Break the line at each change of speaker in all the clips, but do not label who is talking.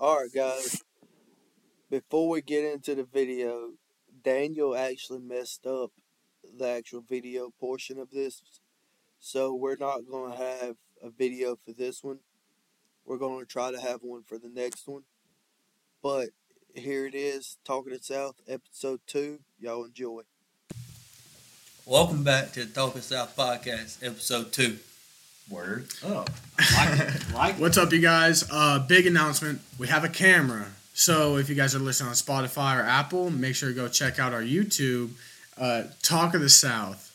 Alright, guys, before we get into the video, Daniel actually messed up the actual video portion of this, so we're not going to have a video for this one. We're going to try to have one for the next one. But here it is, Talking It South, episode two. Y'all enjoy. Welcome back to the Talking South podcast, episode two.
Word.
Oh,
Like, like
What's up, you guys? Uh, big announcement. We have a camera. So if you guys are listening on Spotify or Apple, make sure to go check out our YouTube, uh, Talk of the South.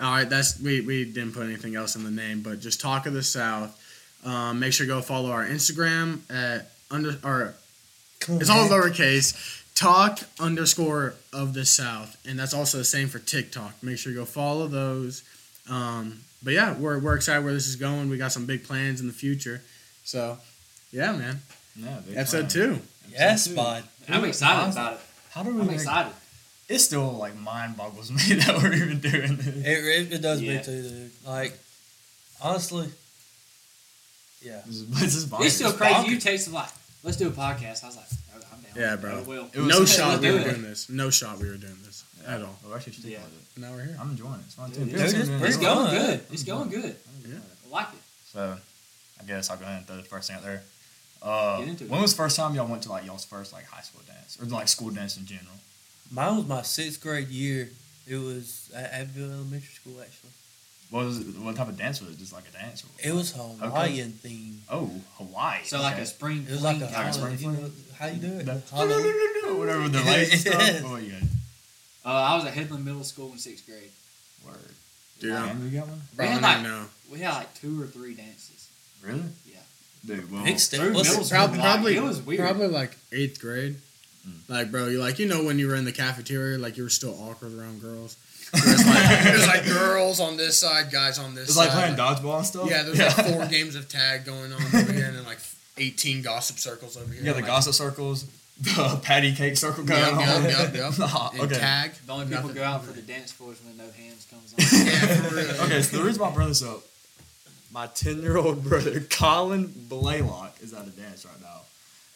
All right, that's we, we didn't put anything else in the name, but just Talk of the South. Um, make sure to go follow our Instagram at under or it's all lowercase. Talk underscore of the South, and that's also the same for TikTok. Make sure you go follow those. Um, but yeah, we're we're excited where this is going. We got some big plans in the future. So yeah, man.
yeah. big
Episode
time.
two.
Yes,
Episode two.
bud.
I'm excited about it.
How do we?
I'm
make-
excited.
It still like mind boggles me that we're even doing this.
It, it does me
Yeah.
too, dude. Like, honestly, yeah.
This is, this is bonkers.
It's still crazy. You texted like, let's do a podcast. I was like, oh, I'm down.
Yeah, bro.
Oh, well.
It was-
no
let's
shot we
do
were
it.
doing this. No shot we were doing this at all.
Well, we're actually sticking
Yeah.
with
Now we're here.
it. I'm enjoying it. It's fun too.
Dude,
Dude, it's
It's
It's
going
fun.
good. It's going good.
Yeah.
I like it.
So, I guess I'll go ahead and throw the first thing out there. Uh,
Get into it.
when was the first time y'all went to like y'all's first like high school dance or like school dance in general?
Mine was my sixth grade year. It was at Abbeville Elementary School, actually.
What was it, what type of dance was it? Just like a dance or?
It was Hawaiian theme.
oh, Hawaii.
So like
okay.
a spring.
It was like a
fling
Hawaiian spring
kinda-
Halloween. You know, how you do it?
No.
Halloween.
whatever the lights and
Yes.
stuff. Oh, What about you? guys?
Uh, I was at Headland Middle School in sixth grade.
Word.
Dude,
Yeah.
I'm-
Andrew got one.
bro, I
Man,
don't
like-
even know.
We had like two or three dances.
Really?
Yeah.
Dude, well,
Big step.
Through
What's
middle
it-
school,
Probably,
like,
probably,
it was weird.
probably like eighth grade.
Mm.
Like, bro, you like you know when you were in the cafeteria, like you were still awkward around girls. There's like, there's like girls on this side, guys on this
It's
side.
like playing dodgeball and stuff.
Yeah, there's like four games of tag going on over here, and then like 18 gossip circles over here.
You got the
like,
gossip circles, the patty cake circle going
Yup,
on.
yup, yup, yup.
Nah,
And
okay.
tag.
The only people
Nothing.
go out for the dance floors when no hands comes on.
Yeah, for real.
okay, so the reason why I brought this up, my 10 year old brother, Colin Blaylock, is out of dance right now.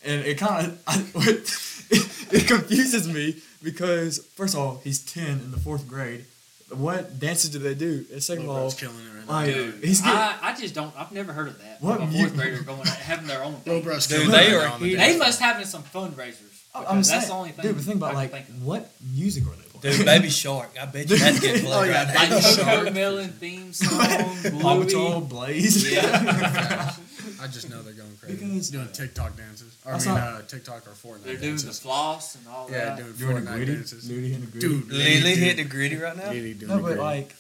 And it kind of it, it confuses me because, first of all, he's 10 in the fourth grade. What dances do they do? And second
Oh,
of
Little
all,
bro's killing it right now.
like,
Dude,
he's getting.
I, I just don't. I've never heard of that.
What
What a
mute-
fourth grader going having their own
Little
thing.
bro's
Dude,
killing
they
it
are
right now on the
huge.
dance
They must have some fundraisers.
Oh, I'm
because
saying,
that's the only thing.
dude, but think
I
about
can
like
think of.
what music are they playing?
Dude, Baby Shark. I bet you that's getting played
Oh, yeah,
right
Like
now.
Baby Shark.
Cocomelon theme song,
Paw Patrol,
Bluey.
Blaze.
Yeah.
floor. I just know they're going crazy.
Because-
doing TikTok dances. Or, I
That's
mean,
not-
uh, TikTok or Fortnite
They're doing the
dances.
floss and all
yeah,
that.
doing
Doing a
Fortnite
gritty,
dances.
nudie and a gritty.
Dude,
Lily hit the gritty right now.
Lily doing
No,
the
but
gritty.
like,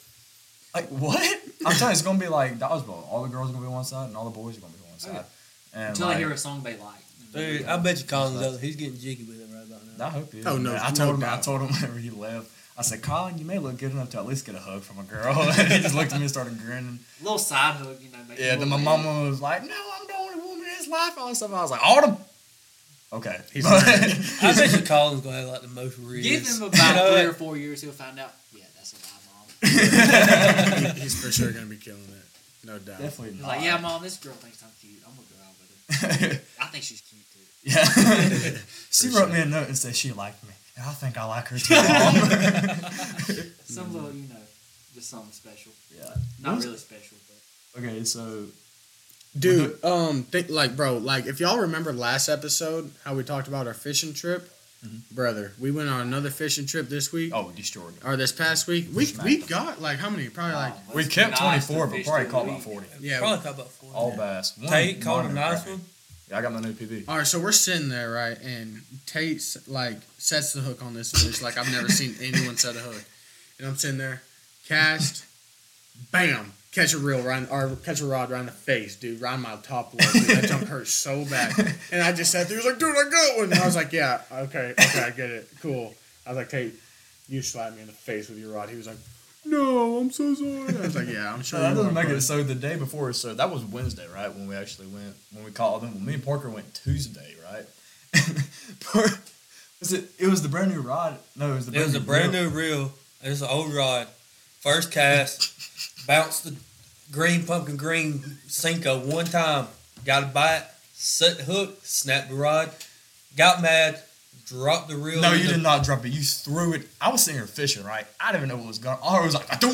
like what? I'm telling you, it's gonna be like dodgeball. All the girls are gonna be on one side, and all the boys are gonna be on one
Oh, yeah.
side. And
Until
like,
I hear a song they like.
Dude, I bet you Colin's out. He's getting jiggy with it right about now.
I hope he is.
Oh, no,
man. I
no
told him. I
doubt.
told him whenever he left. I said, Colin, you may look good enough to at least get a hug from a girl. and he just looked at me and started grinning.
little side hook, you know. make a
Yeah. Then my
little bit.
mama was like, No, I'm the only woman in his life. All this stuff. I was like, Autumn. Okay.
He's
But-
married.
I bet you Colin's gonna have like the most ribs.
Give him
You know
about three or
what?
four years, he'll find out. Yeah, that's a lie, mom.
He- he's for sure going to be killing it. No doubt.
Definitely
He's
not.
like, yeah, mom, this girl thinks I'm cute. I'm gonna go out with her. I think she's cute too.
yeah. she
For
wrote me a note and said she liked me, and I think I like her too. Mom. Mm-hmm.
Some little, you know, just something special.
yeah.
Not really special, but
Okay, so
Dude, um, think like, bro, like if y'all remember last episode how we talked about our fishing trip, brother, we went on another fishing trip this week
oh, destroyed.
or this past week. We
Smacked
we
them.
got like how many? Probably like
Wow,
We
that's
kept
nice to
24, but
fish
probably
through
caught
the
about
week.
40.
yeah.
Probably caught about four.
All bass. One
Tate caught a
monitor
nice
crappie.
one.
Yeah, I got my new PB.
All right, so we're sitting there, right, and Tate s- like sets the hook on this one. It's like I've never seen anyone set a hook, and I'm sitting there, cast, bam, catch a reel right, in- or catch a rod right in the face, dude, right in my top lip. Dude, that jump hurts so bad, and I just sat there. He was like, "Dude, I got one." And I was like, "Yeah, okay, okay, I get it, cool." I was like, "Tate, you slapped me in the face with your rod." He was like, "No, I'm so sorry." I was like, "Yeah, I'm sure."
So that
you
doesn't
are,
make it.
bud."
So the day before, so that was Wednesday, right? When we actually went, when we caught them. Well, me and Parker went Tuesday, right? Par- was it? It was the brand new rod. No, it was the
It
brand
was a
new
brand
reel.
new reel. It was an old rod. First cast, bounced the green pumpkin green Cinco one time. Got a bite,
set hook, snapped the rod, got mad, dropped the reel.
No,
in
you
the-
did not drop it. You threw it. I was sitting here fishing, right? I didn't even know what was going on. I was like, I don't.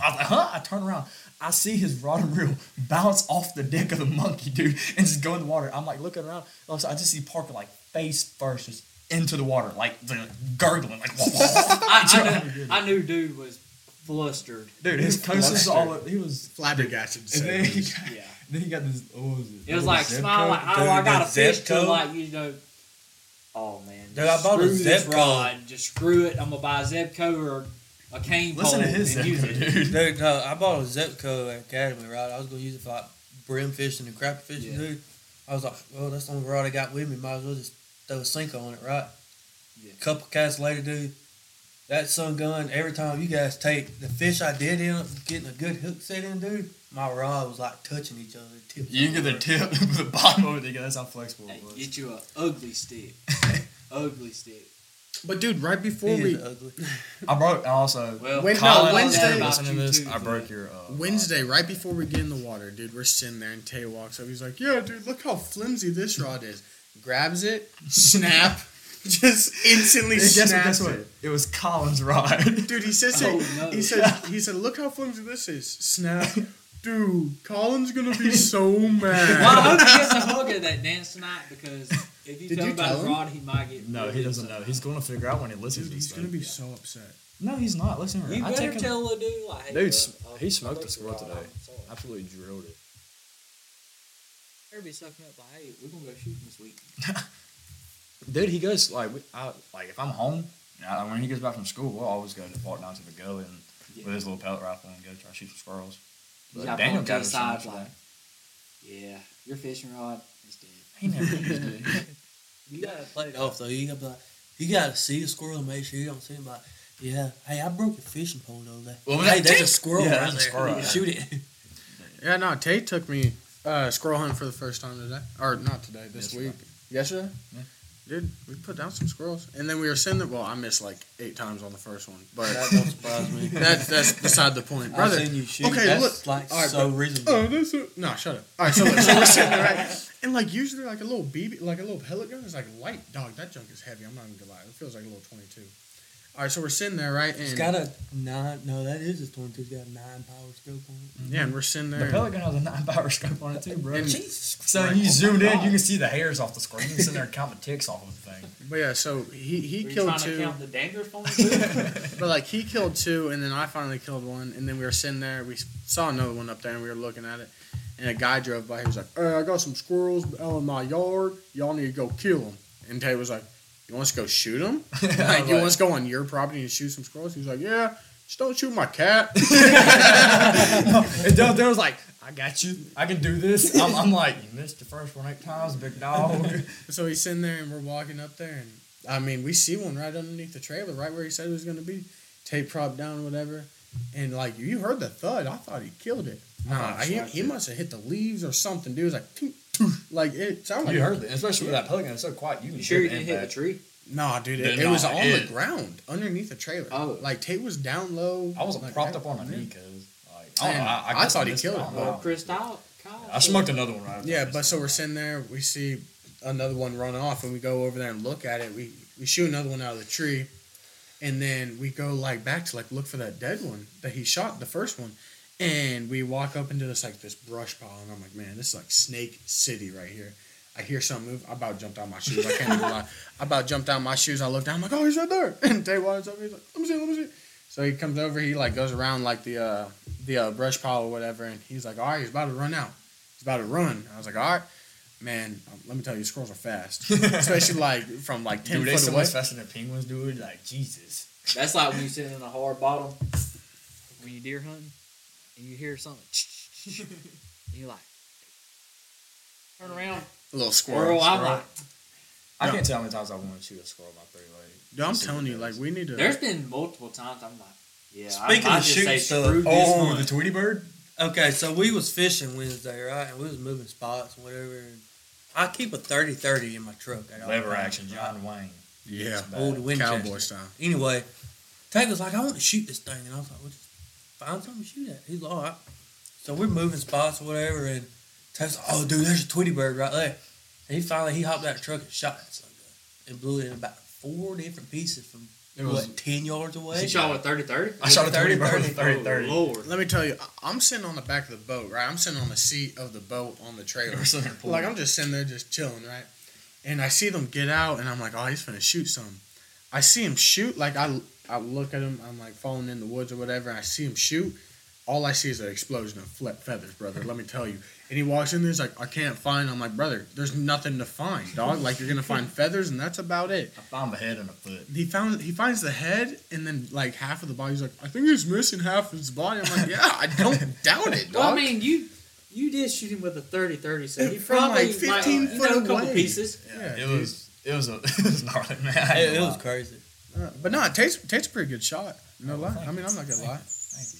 I was like, huh? I turn around. I see his rod and reel bounce off the deck of the monkey, dude, and just go in the water. I'm like looking around. I was- I just see Parker like face first, just into the water, like the gurgling, like.
I, I, knew, I knew dude was flustered.
dude, his coast was
Flustered.
all. He was.
Flabbergasted.
And then he got,
Yeah.
then he got this. What was it?
It was like
Zebco?
smile like oh
Dude,
I got a
the
fish to
Zebco?
like you know. Oh man,
Dude, I bought a
screw this
Zebco.
rod. Just screw it. I'm gonna buy a Zebco or a cane
Listen to
pole
his
and use it.
Zebco, dude.
Dude, no, I bought a Zepco Academy rod. I was gonna use it for like brim fishing and crapper fishing,
Yeah.
dude. I was like, well, that's the only rod I got with me. Might as well just throw a sink on it, right?
Yeah.
Couple casts later, dude. That sun gun. Every time you guys take the fish, I did end up getting a good hook set in, dude. My rod was like touching each other. the tips
You
all
get the
over.
tip, the bottom of it. together. That's how flexible
Hey,
it was.
get you a ugly stick. ugly stick.
But dude, right before
He
we
is ugly.
I broke. Also,
Well,
Wait, no,
Colin, I
Wednesday-
learned about
Listening
you
to this,
too,
I
dude.
broke your uh,
Wednesday, right before we get in the water, dude, we're sitting there and Tay walks up. He's like, "Yeah, dude, look how flimsy this rod is." Grabs it, snap, just instantly
And guess what?
snaps
Guess what?
it.
It was Colin's rod.
Dude, he says,
Oh,
it-
no.
he said, he said, look how flimsy this is. Snap, dude. Colin's gonna be so
Well, I
mad.
hope he gets a hug at that dance tonight because if you
Did
tell
you
him about
tell
his
him?
rod, he might get.
no, he
really
doesn't
upset.
know. He's going to figure out when he listens
Dude,
to this.
he's gonna
thing.
be so upset.
No, he's not. Listen to her.
You
I
better
take him.
tell a dude. Like, hey,
Dude,
bro, uh,
sm-
I-
he
I
smoked
broke
us
your
well
rod.
today.
I'm sorry.
Absolutely drilled it.
Better be sucking up by eight. We're gonna go shooting this week.
Dude, he goes like we- I, like if I'm home, I, when he goes back from school, we'll always go to park down to the gully and
Yeah.
with his little pellet rifle and go try to shoot some squirrels.
You
But
got
Daniel
Daniel
got
got
us so
side
much
like,
of
yeah, your fishing rod is dead.
He never used it.
You gotta
Play it off though. You gotta be like, you gotta see a squirrel and make sure you don't see him. Like, yeah, hey, I broke a fishing pole the other day.
Well, when
hey,
that
there's a
tick-
squirrel
Yeah,
right
that's a
there.
squirrel, yeah.
Shoot it.
Yeah, no. Tay took me uh, squirrel hunting for the first time today, or not today, this
Yesterday.
week. Yesterday.
Yeah.
Dude, we put down some squirrels, and then we were sending. Well, I missed like eight times on the first one, but
that don't surprise me.
That's that's beside the point,
I've
brother.
seen you shoot.
okay,
That's
look.
like
All right,
so
but-
reasonable.
Oh, that's a, no. Shut up. All right, so, look, so we're sitting there, right? And like usually, like a little BB, like a little pellet gun is like light. Dog, that junk is heavy. I'm not even gonna lie. It feels like a little twenty-two. All right, so we're sitting there, right?
It's
And
got a nine. No, that is his twenty-two. It's got a nine power scope on it.
yeah, and we're sitting
The
there.
pellet gun has a nine power scope on it too, bro.
And-
Jesus.
So
Christ.
you zoomed in,
God.
you can see the hairs off the squirrel. You can sit there and count the ticks off of the thing.
but yeah, so he he
Were you
killed
trying
two.
to count the dandruff on the
But like he killed two, and then I finally killed one, and then we were sitting there. We saw another one up there, and we were looking at it. And a guy drove by. He was like, "Hey, I got some squirrels out in my yard. Y'all need to go kill them." And Tate was like, "You want us to go shoot them? like,
I'm
you
like-
want us to go on your property and shoot some squirrels?" He was like, "Yeah, just don't shoot my cat."
And Del Del was like, I got you. I can do this. I'm, I'm like, you missed your first one eight times, big dog.
so he's sitting there, and we're walking up there, and I mean, we see one right underneath the trailer, right where he said it was going to be. Tate propped down, whatever, and like you heard the thud. I thought he killed it. Nah,
I
he,
slapped
he
it.
must have hit the leaves or something. Dude, it was like, toot, toot. like it sounded like
You heard it, especially with that pelican. It's so quiet. You
tree?
can
You sure you
hear
didn't hit the
impact.
tree?
Nah, dude,
Did
it, it was
not
on
hit.
the ground underneath the trailer.
Oh.
like Tate was down low.
I was
like,
propped
that.
up on my
Yeah.
knee, cause like, I, don't know,
Man,
I,
I
I, guess
thought he
missed
killed
it. I don't
him,
know.
Well, Chris Kyle. Kyle.
I smoked another one right. after
Yeah,
this.
but so we're sitting there, we see another one run off, and we go over there and look at it. We we shoot another one out of the tree, and then we go like back to like look for that dead one that he shot the first one, and we walk up into this like this brush pile, and I'm like, man, this is like Snake City right here. I hear something move. I about jumped out my shoes. I can't even lie. I about jumped out my shoes. I look down. I'm like, oh, he's right there. And Tay Water's over. He's like, let me see, let me see. So he comes over. He like goes around like the uh the uh, brush pile or whatever, and he's like, all right, he's about to run out he's about to run. I was like, all right, man, um, let me tell you, squirrels are fast, especially like from like ten
Dude, they
foot
so
away.
much faster than penguins, dude. Like Jesus.
That's like when you sit in a hard bottom when you deer hunting and you hear something. and you're like, turn around.
Little
Squirrel,
squirrels.
I'm
squirrel.
like,
I
No.
can't tell how many times I want to shoot a squirrel by three legs.
Dude, I'm telling you, like we need to.
there's been multiple times I'm like, yeah,
Speaking
I, I
of
just
shooting
say
stuff,
screw this
Oh,
hunt.
the Tweety bird.
Okay, so we was fishing Wednesday, right? And we was moving spots and whatever. And I keep a 30-30 in my truck. at all
Lever
times,
action,
right?
John Wayne.
yeah,
Old Winchester.
cowboy style.
Anyway, Tank was like, I want to shoot this thing. And I was like, well, just find something to shoot at. He's like, all right. So we're moving spots or whatever. And Tank's like, oh, dude, there's a Tweety bird right there. And he finally he hopped out of the truck and shot that son gun and blew it in about four different pieces from
It was-
what ten yards away.
He shot with 30 30?
I shot a 30 30
Oh,
30 30.
Lord.
Let me tell you, I- I'm sitting on the back of the boat, right? I'm sitting on the seat of the boat on the trailer. Like I'm just sitting there, just chilling, right? And I see them get out, and I'm like, oh, he's gonna shoot some. I see him shoot. Like I, I look at him. I'm like falling in the woods or whatever. And I see him shoot. All I see is an explosion of fle- feathers, brother. Let me tell you. And he walks in there. He's like, I can't find. I'm like, brother, there's nothing to find, dog. Like you're gonna find feathers, and that's about it.
I found a head and a foot.
He found. He finds the head, and then like half of the body. He's like, I think he's missing half of his body. I'm like, yeah, I don't doubt it, dog.
Well, I mean, you you did shoot him with a 30 30, so he
From,
probably
like, 15
like, you know,
foot
a couple
away.
pieces.
Yeah,
it
dude.
was it was a it was gnarly, man. I ain't
It, it
gonna
was
lie.
crazy.
Uh, but no, it tastes tastes a pretty good shot. No
Oh,
lie.
thank
I mean,
you.
I'm not gonna lie.
Thank you.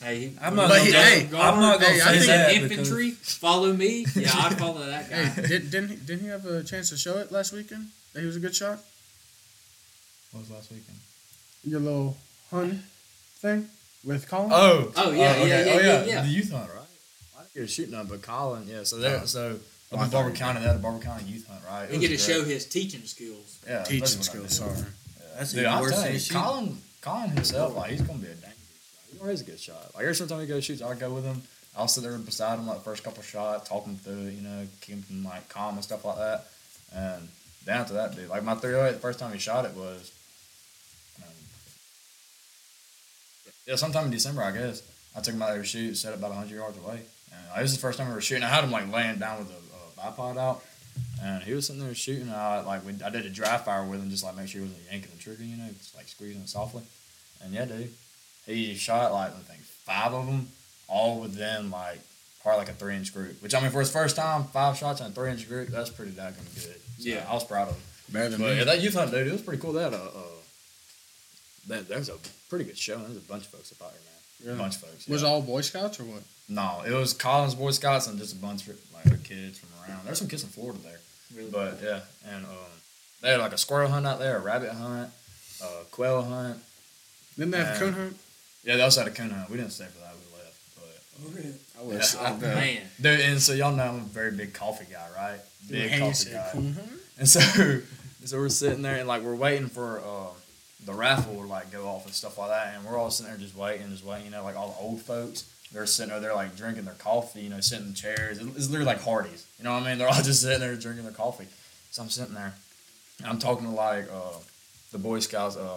Hey, he-
I'm not
But
gonna
he-
say,
hey,
I'm not gonna
hey, I
say
He's
that
an
because-
infantry. Follow me. Yeah, I'd follow that guy.
Hey, did, didn't he, didn't he have a chance to show it last weekend? That he was a good shot.
What was last weekend?
Your little hun thing with Colin.
Oh.
Oh, yeah, yeah, yeah, yeah, yeah.
The youth hunt, right? I didn't get a shooting hunt, but Colin, yeah. So there,
Oh.
so
Well,
up
I
in
thought
Barber
you-
County, they had a Barber County youth hunt, right? It
He
was
get to
great.
show his teaching skills.
yeah, that's
Teaching
what I
skills.
did.
Sorry.
That's
Dude,
even
I'm
worse than
telling
the
you,
shooting.
Colin, Colin himself, like he's gonna be a dang good shot. He always a good shot. Like every single time he goes shoots, I'll go with him. I'll sit there beside him like first couple shots, talk him through it, you know, keep him like calm and stuff like that. And then after that, dude, like my 308, the first time he shot it was, um, yeah, sometime in December, I guess. I took him out there to shoot, set it about 100 yards away. And like, it was the first time we were shooting. I had him like laying down with a, a bipod out. And he was sitting there shooting. And I like we, I did a dry fire with him, just like make sure he wasn't yanking the trigger, you know, just like squeezing it softly. And yeah, dude, he shot like I think five of them, all within like probably like a three inch group. Which I mean, for his first time, five shots in a three inch group, that's pretty daggone good. So,
Yeah.
I was proud of him.
Better
But yeah, that youth hunt, dude, it was pretty cool. That uh, uh that that was a pretty good show. There's a bunch of folks up out here, man.
Really?
A bunch of folks.
Was
yeah.
it all Boy Scouts or what?
No, it was Collins Boy Scouts and just a bunch of like kids from around. There's some kids from Florida there,
Really?
but yeah, and um, they had like a squirrel hunt out there, a rabbit hunt, a quail hunt.
Didn't they have
Uh,
a coon hunt?
Yeah, they also had a coon hunt. We didn't stay for that. We left, but
I was.
yeah.
Man.
dude, and so y'all know I'm a very big coffee guy, right? Big coffee guy.
coon hunt?
And so, so we're sitting there and like we're waiting for uh, the raffle to like go off and stuff like that. And we're all sitting there just waiting, just waiting. You know, like all the old folks, they're sitting over there like drinking their coffee. You know, sitting in chairs. It- It's literally like Hardee's. You know what I mean? They're all just sitting there drinking their coffee. So I'm sitting there, and I'm talking to like uh, the Boy Scouts. Uh,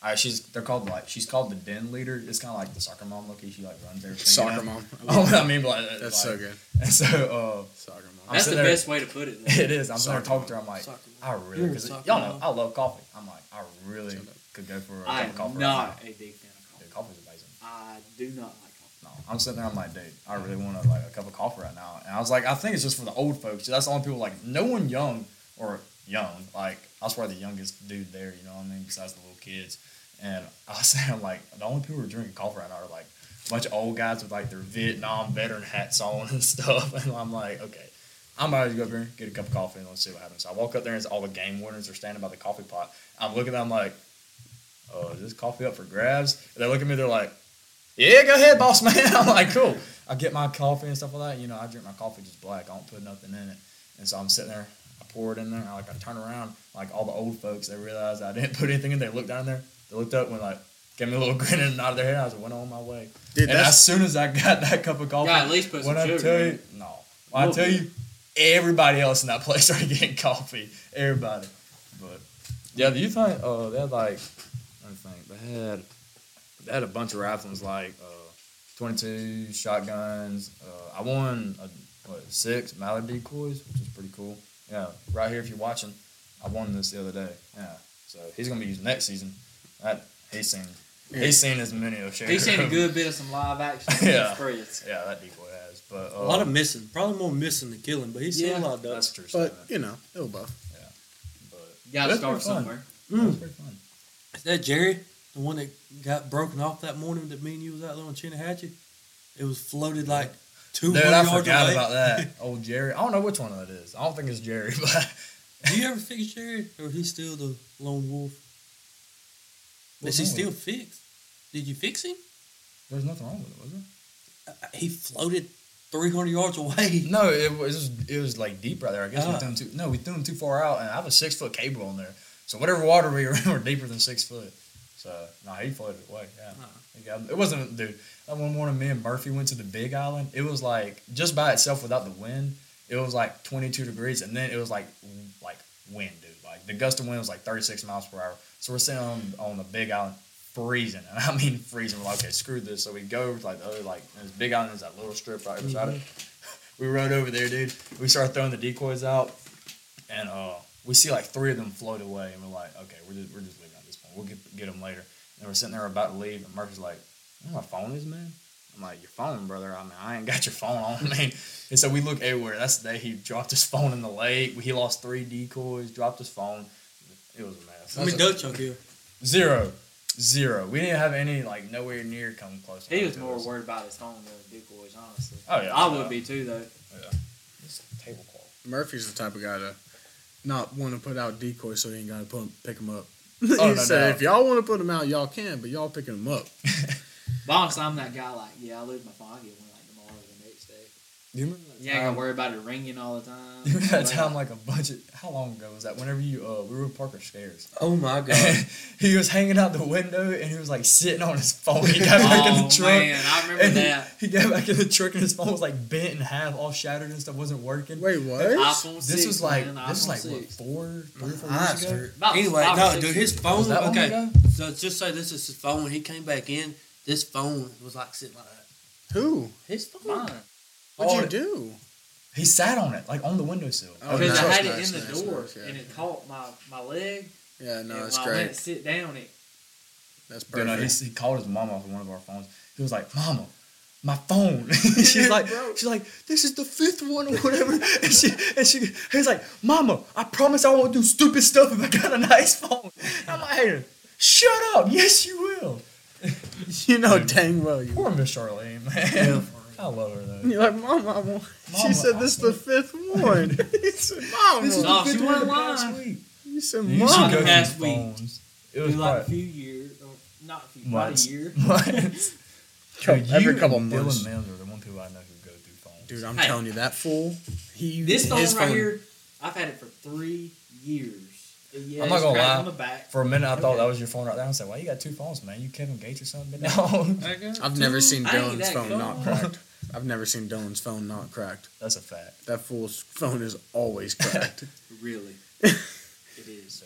I, she's they're called like she's called the den leader. It's kind of like the soccer mom looky. She like runs everything. you
Soccer
know?
mom. I
Oh,
love
I mean, but like,
That's so
like-
good.
And so. Uh,
Soccer mom.
I'm
That's the
sitting there-
best way to put it. though.
it is. I'm sitting there
Soccer
talking to her. I'm like,
Soccer
I really,
You're a
because
soccer
y'all know,
mom.
I love coffee. I'm like, I really
Shut up.
could go for a
I
cup of coffee.
am
right
not
now.
a big fan of coffee.
Dude, coffee's amazing.
I do not like coffee.
No, I'm sitting there. I'm like, dude, I really want to, like a cup of coffee right now. And I was like, I think it's just for the old folks. That's the only people like no one young or young. Like I was probably the youngest dude there. You know what I mean? Besides the little kids. And I was saying, I'm like, the only people who are drinking coffee right now are like a bunch of old guys with like their Vietnam veteran hats on and stuff. And I'm like, okay. I'm about to go up here, get a cup of coffee, and let's see what happens. So I walk up there, and all the game winners are standing by the coffee pot. I'm looking at them like, oh, is this coffee up for grabs? And they look at me, they're like, yeah, go ahead, boss man. I'm like, cool. I get my coffee and stuff like that. You know, I drink my coffee just black. I don't put nothing in it. And so I'm sitting there, I pour it in there, and I, like I turn around, like all the old folks, they realize I didn't put anything in. They looked down there, they looked up, and like gave me a little grin and nodded their head. I was like, went on my way.
Dude,
and as
that's
soon as I got that cup of coffee,
Yeah, at least put some
when I
sugar
tell
in
you,
it.
no, when I
Little
tell
bit.
you, everybody else in that place started getting coffee. Everybody, but yeah, do you think? Uh, they had like, I think they had they had a bunch of rifles like uh, twenty two shotguns. Uh, I won uh what six Mallard decoys, which is pretty cool. Yeah, right here if you're watching, I won this the other day. Yeah, so he's gonna be using next season. That he's seen. He's seen as many of Sherry.
He's seen a good bit of some live action
Yeah.
spreads.
Yeah, that decoy has. But uh,
A lot of missing, probably more missing than killing, but he's seen
Yeah.
a lot of
that's
ducks.
a true.
but
But,
you know it'll buff.
but
You gotta
That's
start
pretty fun.
somewhere.
that's pretty fun.
Mm. Is that Jerry, the one that got broken off that morning that me and you was out there on Chinahatchee? It was floated like two
Dude,
hundred
I
yards
forgot
away.
about that. Old Jerry. I don't know which one that is. I don't think it's Jerry, but
Do you ever fix Jerry, or he's still the lone wolf?
What's
Is he
wrong with
still fixed? Did you fix him?
there's nothing wrong with it, was there?
Uh, He floated three hundred yards away.
No, it was it was like deep right there. I guess we
Ah.
threw him too. No, we threw him too far out, and I have a six foot cable on there. So whatever water we were in, were deeper than six foot. So no, he floated away. Yeah, He got- it wasn't dude. That one morning, me and Murphy went to the Big Island. It was like just by itself without the wind. It was like twenty two degrees, and then it was like w- like wind, dude. Like the gust of wind was like thirty six miles per hour. So we're sitting on, on the Big Island. Freezing, and I mean freezing. We're like, okay, screw this. So we go over to like the other, like this big island is that little strip right beside it. We rode over there, dude. We started throwing the decoys out, and uh, we see like three of them float away, and we're like, okay, we're just, we're just leaving at this point. We'll get get them later. And we're sitting there about to leave, and Murphy's like, you know what my phone is, man? I'm like, your phone, brother. I mean, I ain't got your phone on me. And so we look everywhere. That's the day he dropped his phone in the lake. He lost three decoys, dropped his phone. It was a mess.
I mean,
That's
duck chuck here.
a- zero. Zero. We didn't have any, like, nowhere near come close.
He was
to
more
us.
worried about his phone than the decoys, honestly.
Oh, yeah.
I would be too, though.
It's tablecloth.
Murphy's the type of guy to not want to put out decoys so he ain't got to put 'em- pick them up.
no
he said,
doubt.
if y'all want to put them out, y'all can, but y'all picking them up.
But honestly, I'm that guy. Like, yeah, I lose my phone. I get one like tomorrow or the next day.
Do you remember that
You ain't
time-
gotta worry about it ringing all the time.
You remember that
Like,
time like a budget? How long ago was that? Whenever you uh, we were at Parker Stairs.
Oh my god.
he was hanging out the window and he was like sitting on his phone. He got back in
oh
the truck.
man, I remember
and he-
that.
He, got back in the truck and his phone was like bent in half, all shattered and stuff, wasn't working.
Wait, what?
iPhone
this
6,
was like
man,
this was
iPhone
like what
6.
four, three or four
My eyes
years ago.
hurt.
About
Anyway,
five or
no,
six
dude,
years
his phone.
Was that long
okay,
ago?
so just say this is his phone. When he came back in, this phone was like sitting like that.
Who?
His phone.
Mine.
What'd
Oh,
you do?
He sat on it like on the windowsill.
Oh,
Because
no,
I
it's
had
nice,
it in the
nice,
door
nice, yeah.
and it caught my, my leg.
Yeah, no,
and
that's
when I went
great.
to sit down, it
That's
Dude, no,
perfect.
he, he called his mom off of one of our phones. He was like, "Mama, my phone." she's like, "She's like, this is the fifth one or whatever." and she and she he's like, "Mama, I promise I won't do stupid stuff if I got a nice phone." I'm like, "Shut up! Yes, you will."
you know dang well you.
Poor Miss Charlene, man. I love her though.
You're like, Mom, I want.
Mama,
she said, This is the fifth one. he said, Mom,
This is the
No, she
fifth one of the
wasn't
past
lying.
week.
you said,
You should go
Mom. The
through
Mom.
past
the
week.
phones. It
it
was
was like a
probably-
few years, or not a few,
Months.
about a year.
months. Dude,
Every
you
couple
and
months.
Dylan Mims are the one people I know who go through phones.
Dude, I'm
Hey.
telling you, that fool, he
This phone right
his
here, I've had it for three years. Yeah,
I'm not
it's
gonna
cracked
lie.
On the back.
For a minute, I thought that was your phone right there. I said, "Why you got two phones, man? You Kevin Gates or something?" No,
I've never seen
I
Dylan's
ain't that
phone
good.
not cracked. I've never seen Dylan's phone not cracked.
that's a fact.
That fool's phone is always cracked.
Really, it is.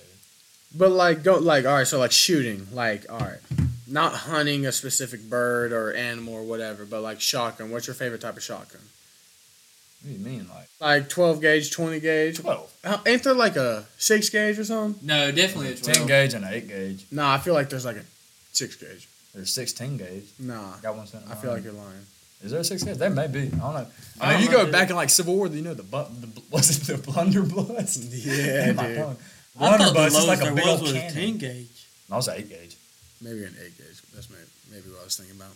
But like go like all right, so like shooting, like all right. Not hunting a specific bird or animal or whatever, but like shotgun. What's your favorite type of shotgun?
What do you mean, like
Like twelve gauge, twenty gauge.
twelve?
Uh, Ain't there like a six gauge or something?
No, definitely a
Ten
twelve.
gauge and an eight gauge.
No, nah, I feel like there's like a six gauge.
There's sixteen gauge.
Nah,
I got one sent.
I feel like you're lying.
is there a six gauge? There may be. I don't know.
I
I mean,
don't
you
know,
go
dude.
back in like Civil War. You know the bu- the bl- was it the blunderbuss?
Yeah,
My
dude.
tongue.
I thought the
Blunderbuss is
lowest
like a
there
big
was
old
was a ten
cannon.
gauge.
No, it's an eight gauge.
Maybe an eight gauge. That's maybe, maybe what I was thinking about.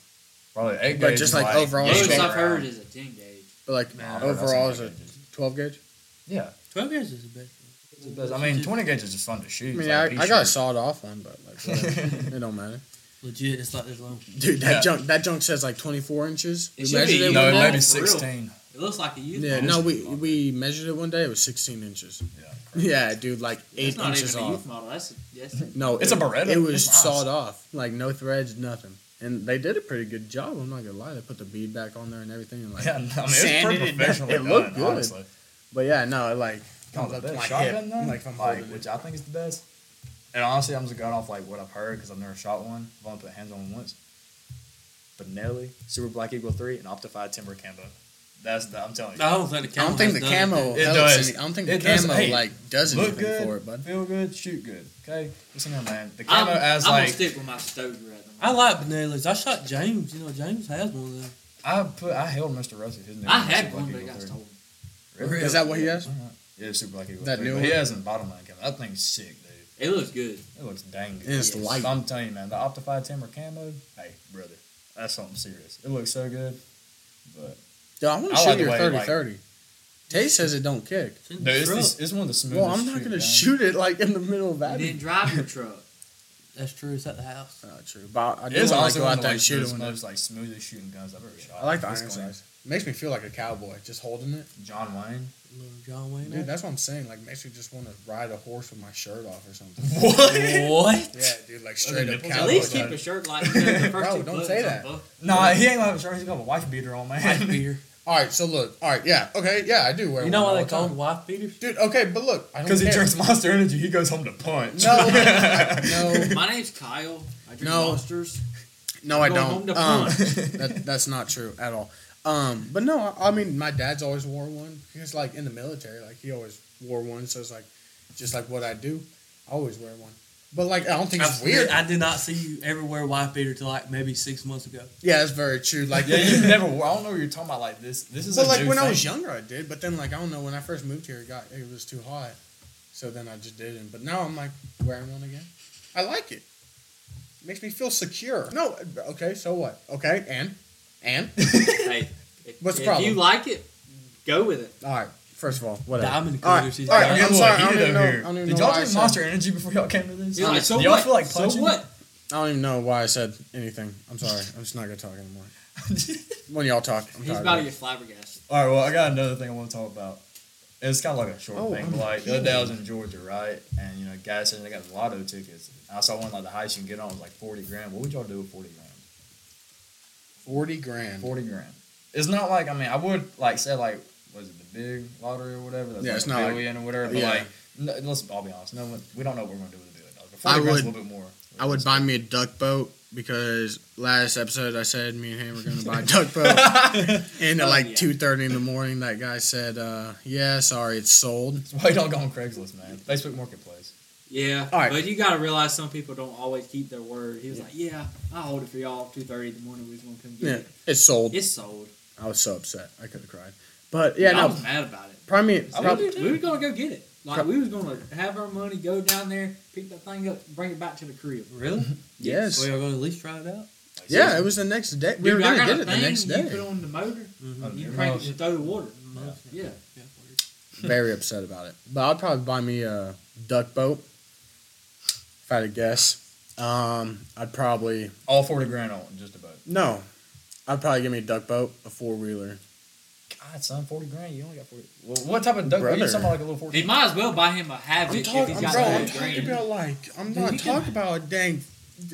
Probably eight
But
gauge.
just
is
like overall
Most
scope.
I've heard is a ten gauge.
But like
Nah, I've heard that's
overall, is
some
a
eight gauges.
twelve gauge.
Yeah,
Twelve gauge is the best.
it's the best. I mean, twenty gauge is just fun to
I
shoot.
mean,
It's like
I,
pea
I got a
shooter.
sawed off one, but like whatever. it don't matter.
Legit, it's like this long.
Dude, that
Yeah.
junk that junk says like twenty four inches.
It
We
should be
measured it
No,
one
it
day.
may
For
be
real.
sixteen.
It looks like a youth.
Yeah,
model.
no, we we measured it one day. It was sixteen inches.
Yeah,
Yeah, dude, like eight
That's not
inches
even a
off.
youth model. That's a, that's a,
No,
It's
it,
a Beretta.
It was
It's nice.
sawed off, like no threads, nothing. And they did a pretty good job. I'm not gonna lie. They put the bead back on there and everything. And like,
Yeah, I mean, it's
Sanded
pretty
it down.
professionally
It looked
done,
good.
honestly.
but yeah, no, it, like
Kind
comes
of
up
the
to my
best
hip.
shotgun though,
Like, if I'm
like
holding it.
which I think is the best. And honestly, I'm just going off like what I've heard because I've never shot one. I've only put hands on one once. Benelli, Super Black Eagle three, and Optify Timber Camo. That's the I'm telling you.
I don't think the
I
camo.
don't think the
has done
camo
anything.
It
helps.
does.
Any, I don't think the
It does.
camo
Hey,
like does
Look
anything
good,
for it, bud.
feel good, shoot good. Okay, listen here, man. The
I'm,
camo as
I'm
like
gonna stick with my Stoger at the
I
moment.
like Benelli's. I shot James. You know, James has one of them.
I put I held Mr. Russell his new
I
Super
had
Black
one, but it
Eagle
got
3.
stolen.
Really?
Is that what he has?
Yeah, Super Black Eagle.
That
3,
new
but
one?
He has a bottom line camo. That thing's sick, dude.
It looks good.
It looks dang good.
And it's light.
I'm telling you, man, the Optify Timber Camo, hey, brother, that's something serious. It looks so good. But
Dude, I want
I
to shoot
like the
your
way it,
30
like-
30. Tay says it don't kick.
It's in
no,
the
it's,
truck.
it's, it's one of the smoothest.
Well, I'm not gonna
man.
shoot it like in the middle of
You
that.
didn't drive your truck.
That's true. It's at the house.
Not true, but I
It
do want
is
to
honestly
go
one
out
of
there
the
and shoot it
like,
one day.
most like smoothest shooting guns I've ever shot.
I like the
It's
iron
clean.
size. Makes me feel like a cowboy just holding it.
John Wayne.
Little John Wayne.
Dude, that's what I'm saying. Like, makes me just want to ride a horse with my shirt off or something.
What?
yeah, dude, like straight up
nipples
cowboy.
At least
style.
keep a shirt like you know, the first
Bro,
two
don't
buttons
say
on
that.
both.
Nah, he ain't got a shirt. He's got a wife beater on, man.
beater.
All right, so look. All right, yeah, okay, yeah, I do wear.
You know
one
why
all
they
the
call
time.
them wife beaters?
Dude, okay, but look, I don't
Because he
care.
drinks Monster Energy, he goes home to punch.
No, I- no,
My name's Kyle. I drink
No.
monsters.
no, I
Going home
don't.
to
Um,
punch.
that, that's not true at all. Um, but no, I, I mean, my dad's always wore one because, like, in the military, like he always wore one. So it's like, just like what I do, I always wear one. But like, I don't think it's weird.
I did not see you everywhere wife beater till like maybe six months ago.
yeah, that's very true. Like,
Yeah, you never. I don't know what you're talking about. Like this. This is.
but
a
like
new
when I
thing.
was younger, I did. But then, like, I don't know, when I first moved here, it got it was too hot, so then I just didn't. But now I'm like wearing one again. I like it. Makes me feel secure. No, okay, so what? Okay, and and
hey, if,
What's the
if
problem?
you like it, go with it.
all right. First of all, whatever.
Diamond
All right,
cutters, he's
all
got-
right,
Y'all
I'm
get
sorry.
a
I
little
don't even
heated
know.
over
I
here.
don't even
Did
know
y'all
why I
drink
said-
Monster Energy before y'all came to this?
You're like, so
Do y'all
what?
feel like
so
punching?
what?
I don't even know why I said anything. I'm sorry. I'm just not gonna talk anymore. when y'all talk, I'm
He's
tired.
about
of
to
it.
get flabbergasted.
All right, well, I got another thing I want to talk about. It's kind of like a short
Oh,
thing,
I'm
but like the other day I was in Georgia, right? And you know, guys said they got lotto tickets. I saw one like the highest you can get on was like forty grand. What would y'all do with forty grand?
Forty grand.
Forty grand. It's not like I mean I would like say like was it the big lottery or whatever? That's
Yeah,
like
it's
a
not like-
billion or whatever. But
yeah.
like, no, let's I'll be honest. No, one- we don't know what we're gonna do with a billion dollars. But
I
forty grand's a
would-
little bit more.
I would buy me a duck boat because last episode I said me and him were gonna buy a duck boat, and at like
yeah.
two thirty in the morning, that guy said, uh, "Yeah, sorry, it's sold."
That's why you don't go on Craigslist, man. Facebook Marketplace.
Yeah,
All right.
but you got to realize some people don't always keep their word. He was like, "Yeah, I'll hold it for y'all. Two thirty in the morning, we was gonna come get
Yeah,
it.
it's sold.
It's sold."
I was so upset, I could have cried. But yeah,
I
no,
was mad about it.
probably,
I
prob-
was- we were gonna go get it. Like
Prob-
we was gonna have our money, go down there, pick that thing up, bring it back to the crib.
Really?
yes,
So y'all gonna at least try it out?
Like,
yeah, it was the next day. We were
Dude, I
gonna
got
get
a
it the
thing
next
You put
day.
on the motor,
Mm-hmm.
you crank it and throw the water. Yeah.
Yeah.
Very upset about it. But I'd probably buy me a duck boat if I had to guess. Um, I'd probably
All forty grand on just about.
no, I'd probably give me a duck boat, a four wheeler.
God, son, forty grand. You only got forty. Well, what type of duck? Are you
Brother.
talking about like a little forty?
He might as well buy him a
I'm
Havoc if
talking,
he's
I'm,
got
bro,
the
I'm
big
talking
green.
about like I'm
Dude,
not
you
talking about a dang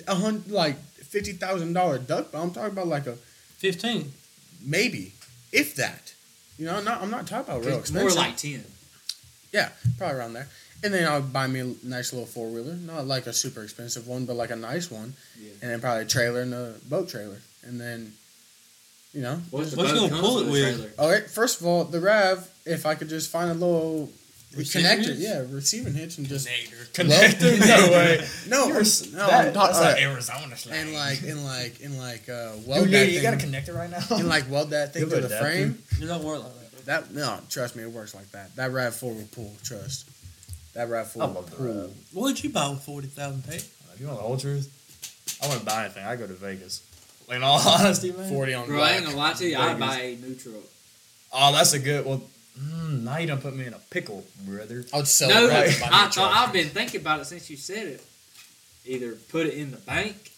a hundred like fifty thousand dollar duck, but I'm talking about like a
Fifteen.
maybe if that. You know, not I'm not talking about real
It's more
expensive.
like ten.
yeah, probably around there. And then I'll buy me a nice little four wheeler, not like a super expensive one, but like a nice one,
Yeah.
and then probably a trailer and a boat trailer, and then you know.
What's
What you gonna pull it with?
All right. First of all, the Rav. If I could just find a little
Receiving
connector,
hitch?
yeah, receiving hitch, and just
Connector? No way.
no,
You're s-
no,
that-
I'm talk-
that's
all right.
like Arizona slang.
and like and like and like uh weld
dude, yeah,
that
you got a
thing
connector right now.
and like weld that thing
You'll
to the
adapt to
frame.
It don't work like that.
That no, trust me, it works like that. That Rav Four will pull. Trust that Rav Four.
I
will
love the
pull.
Rav.
What'd you buy with forty thousand pay?
If you want the whole truth, I wouldn't buy anything. I go to Vegas. In all honesty, man.
Forty on
Bro, I ain't gonna lie to you. I'd buy a new truck.
Oh, that's a good. Well, mm, now you done put me in a pickle, brother.
I'd sell
No,
it.
I,
Right.
I thought I've been thinking about it since you said it. Either put it in the bank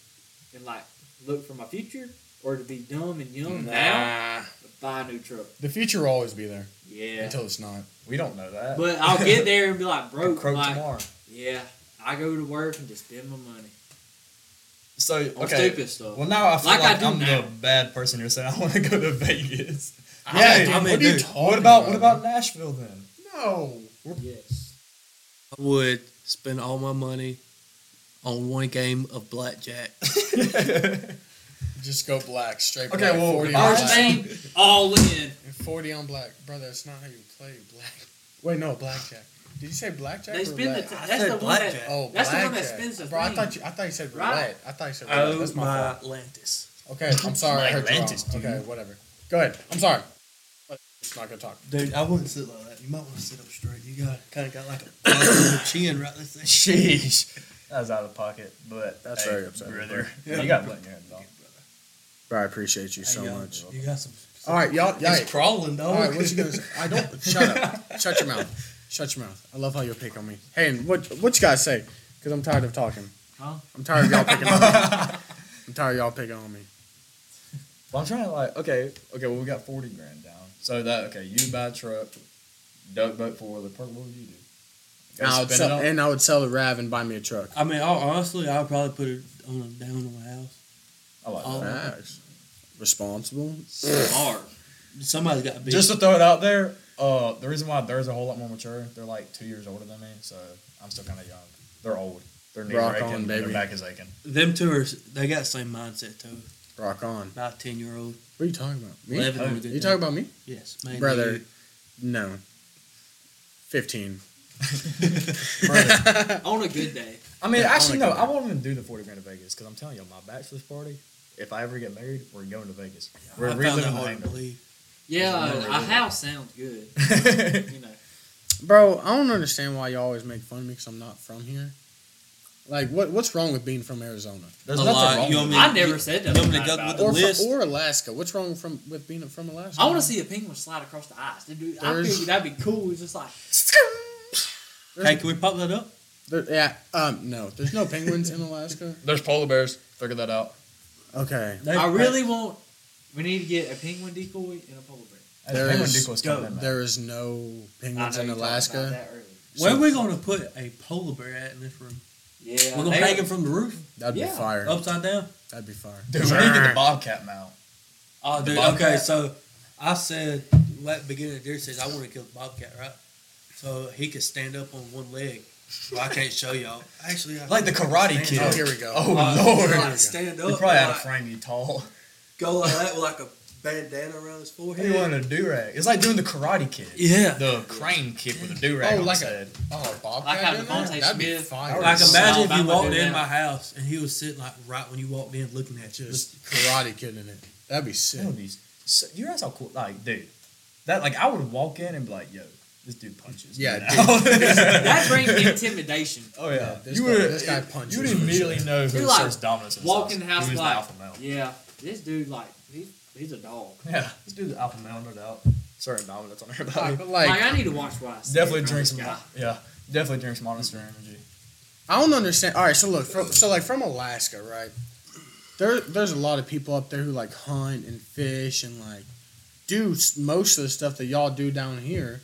and like look for my future, or to be dumb and young now, buy a new truck.
The future will always be there
Yeah,
until it's not.
We don't know that.
but I'll get there and be like broke.
Croak
Like,
tomorrow.
yeah, I go to work and just spend my money
So
on
okay.
stupid stuff.
Well, now I feel
Like
like,
I do
I'm
now.
the bad person here saying I want to go to Vegas.
yeah,
dude,
dude,
I mean,
what are you
dude,
talking
What about what about Nashville then?
no?
yes,
I would spend all my money on one game of blackjack.
Just go black, straight.
Okay,
black,
well,
40 on
ours
first
black.
thing all in.
forty on black, brother. That's not how you play black. Wait, no, blackjack. Did you say blackjack?
They
or
spin the.
black?
T-
I
that's
said
the one that.
blackjack.
Oh,
That's the one that
blackjack.
spins the
Bro, I
thing.
thought you. I thought you said
Right.
roulette. I thought you said roulette.
Oh
That's my,
my,
fault.
Atlantis!
Okay, I'm sorry. I
My
heard you wrong.
Atlantis, dude.
Okay, whatever. Go ahead. I'm sorry. But It's not gonna talk.
Dude, I wouldn't sit like that. You might want to sit up straight. You got kind of got like a bump in the chin right this thing.
Sheesh. That was out of pocket, but
That's
hey,
very upsetting,
Brother,
Yeah.
you got blood in your head, dog.
Bro, I appreciate you
Hey, y'all, You got some.
All right, y'all. y'all
It's crawling, dog.
all right, what you gonna? Say? I don't. Shut up. Shut your mouth. Shut your mouth. I love how you pick on me. Hey, and what what you guys say? Because I'm tired of talking.
Huh?
I'm tired of y'all picking on me. I'm tired of y'all picking on me.
But I'm trying to like, okay, okay, well we got forty grand down. So that okay, you buy a truck, duck boat four wheeler. What would you do?
And I, would
Spend it
sell,
on-
and I would sell the Rav and buy me a truck.
I mean, I'll, honestly, I'll probably put it on a down on my house.
I like
I'll-
that.
Facts. Responsible.
Smart.
Somebody's got to be.
Just to throw it out there, uh, the reason why theirs are a whole lot more mature, they're like two years older than me, so I'm still kind of young. They're old. Their knees
Rock
are aching.
on, baby.
Their back is aching.
them two are. They got the same mindset too.
Rock on.
Not ten year old.
What are you talking about? Me? Oh,
Eleven.
you talking about me?
Yes, man.
Brother. No. 15.
On a good day.
I mean,
Yeah, I
actually,
wanna
no,
go
I won't even do the forty grand to Vegas because I'm telling you, my bachelor's party. If I ever get married, we're going to Vegas. We're
I found that
reliving the
hard to
hangover.
believe.
Yeah,
It's not
a
really.
house sounds good. You know,
Bro, I don't understand why you always make fun of me because I'm not from here. Like, what what's wrong with being from Arizona?
There's
A
nothing
lot.
wrong.
You want
with it.
me
I never said that.
you want me to
about
go
it.
with
Or,
List.
from, or Alaska. What's wrong from with being from Alaska?
I want to see a penguin slide across the ice. Dude, I
There's-
figured that'd be cool. It's just like
Hey, can we pop that up?
There- yeah, um, no. There's no penguins in Alaska.
There's polar bears. Figure that out.
Okay.
They-
I really want. We need to get a penguin decoy and a polar bear.
There
Penguin
is-
decoy's coming in, man.
There is no penguins
I
in
know you talked about
Alaska.
that earlier.
Where are we going to put a polar bear at in this room?
Yeah,
We're going
they-
to hang it from the roof,
That'd
Yeah.
be fire.
upside down.
That'd be fire.
Dude, we need to get the bobcat mount.
Oh, dude.
bobcat.
Okay, so I said at the beginning of the year says I want to kill the bobcat, right? So he could stand up on one leg. Well, I can't show y'all. Actually, I
Like the Karate Kid.
Oh, here we go.
Oh
Uh,
lord.
like, stand up.
We probably had to
like,
frame you tall.
go like that with like a bandana around his
He
forehead.
wanted a do rag. It's like doing the Karate Kid.
Yeah.
The crane kick with a do rag.
Oh,
on
like
his
a-
head.
Oh,
Like how
Bobcat in
Devontae
there? That'd be
Smith-
fire.
Like imagine if you
Alabama
walked
do
in
that.
my house and he was sitting like right when you walked in, looking at you.
Just karate kid in it. That'd be sick.
Oh,
Dude, these- so- you realize how cool, like, dude, that like I would walk in and be like, "Yo, this dude punches."
Yeah,
that brings intimidation.
oh yeah.
This
you
guy-
would.
this guy punches
You would
for
immediately
sure.
know who
He,
asserts
like,
dominance. in this
Walk in the
house.
house
Who's
like,
the alpha male.
yeah, this dude like he's, he's a dog.
Yeah, this dude's the alpha male, no doubt. Certain dominance on everybody.
Like, but
Like,
like,
I need to watch what I say.
Definitely
bro.
drink some.
God.
Yeah, definitely drink some Monster Energy.
I don't understand. All right, so look, from, so like from Alaska, right? There, there's a lot of people up there who like hunt and fish and like do s- most of the stuff that y'all do down here,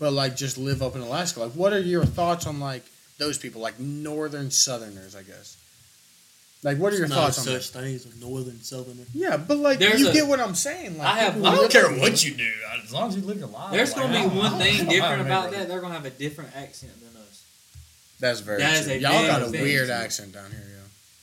but like just live up in Alaska. Like, what are your thoughts on like those people, like northern Southerners, I guess? Like, what are your
no
thoughts on that?
such thing as a northern southerner.
Yeah, but like,
There's
you
a-
get what I'm saying. Like,
I have-
people
I
who
I don't
live
care
up
what
there-
you do, as long as you live your
Oh
life.
There's
like,
gonna
I
be
don't- I
one
don't
thing
mind
different
me,
about
brother.
that. They're gonna have a different accent than us.
That's very
That is
true.
a
Y'all
big
got a
thing.
weird accent down here, yo.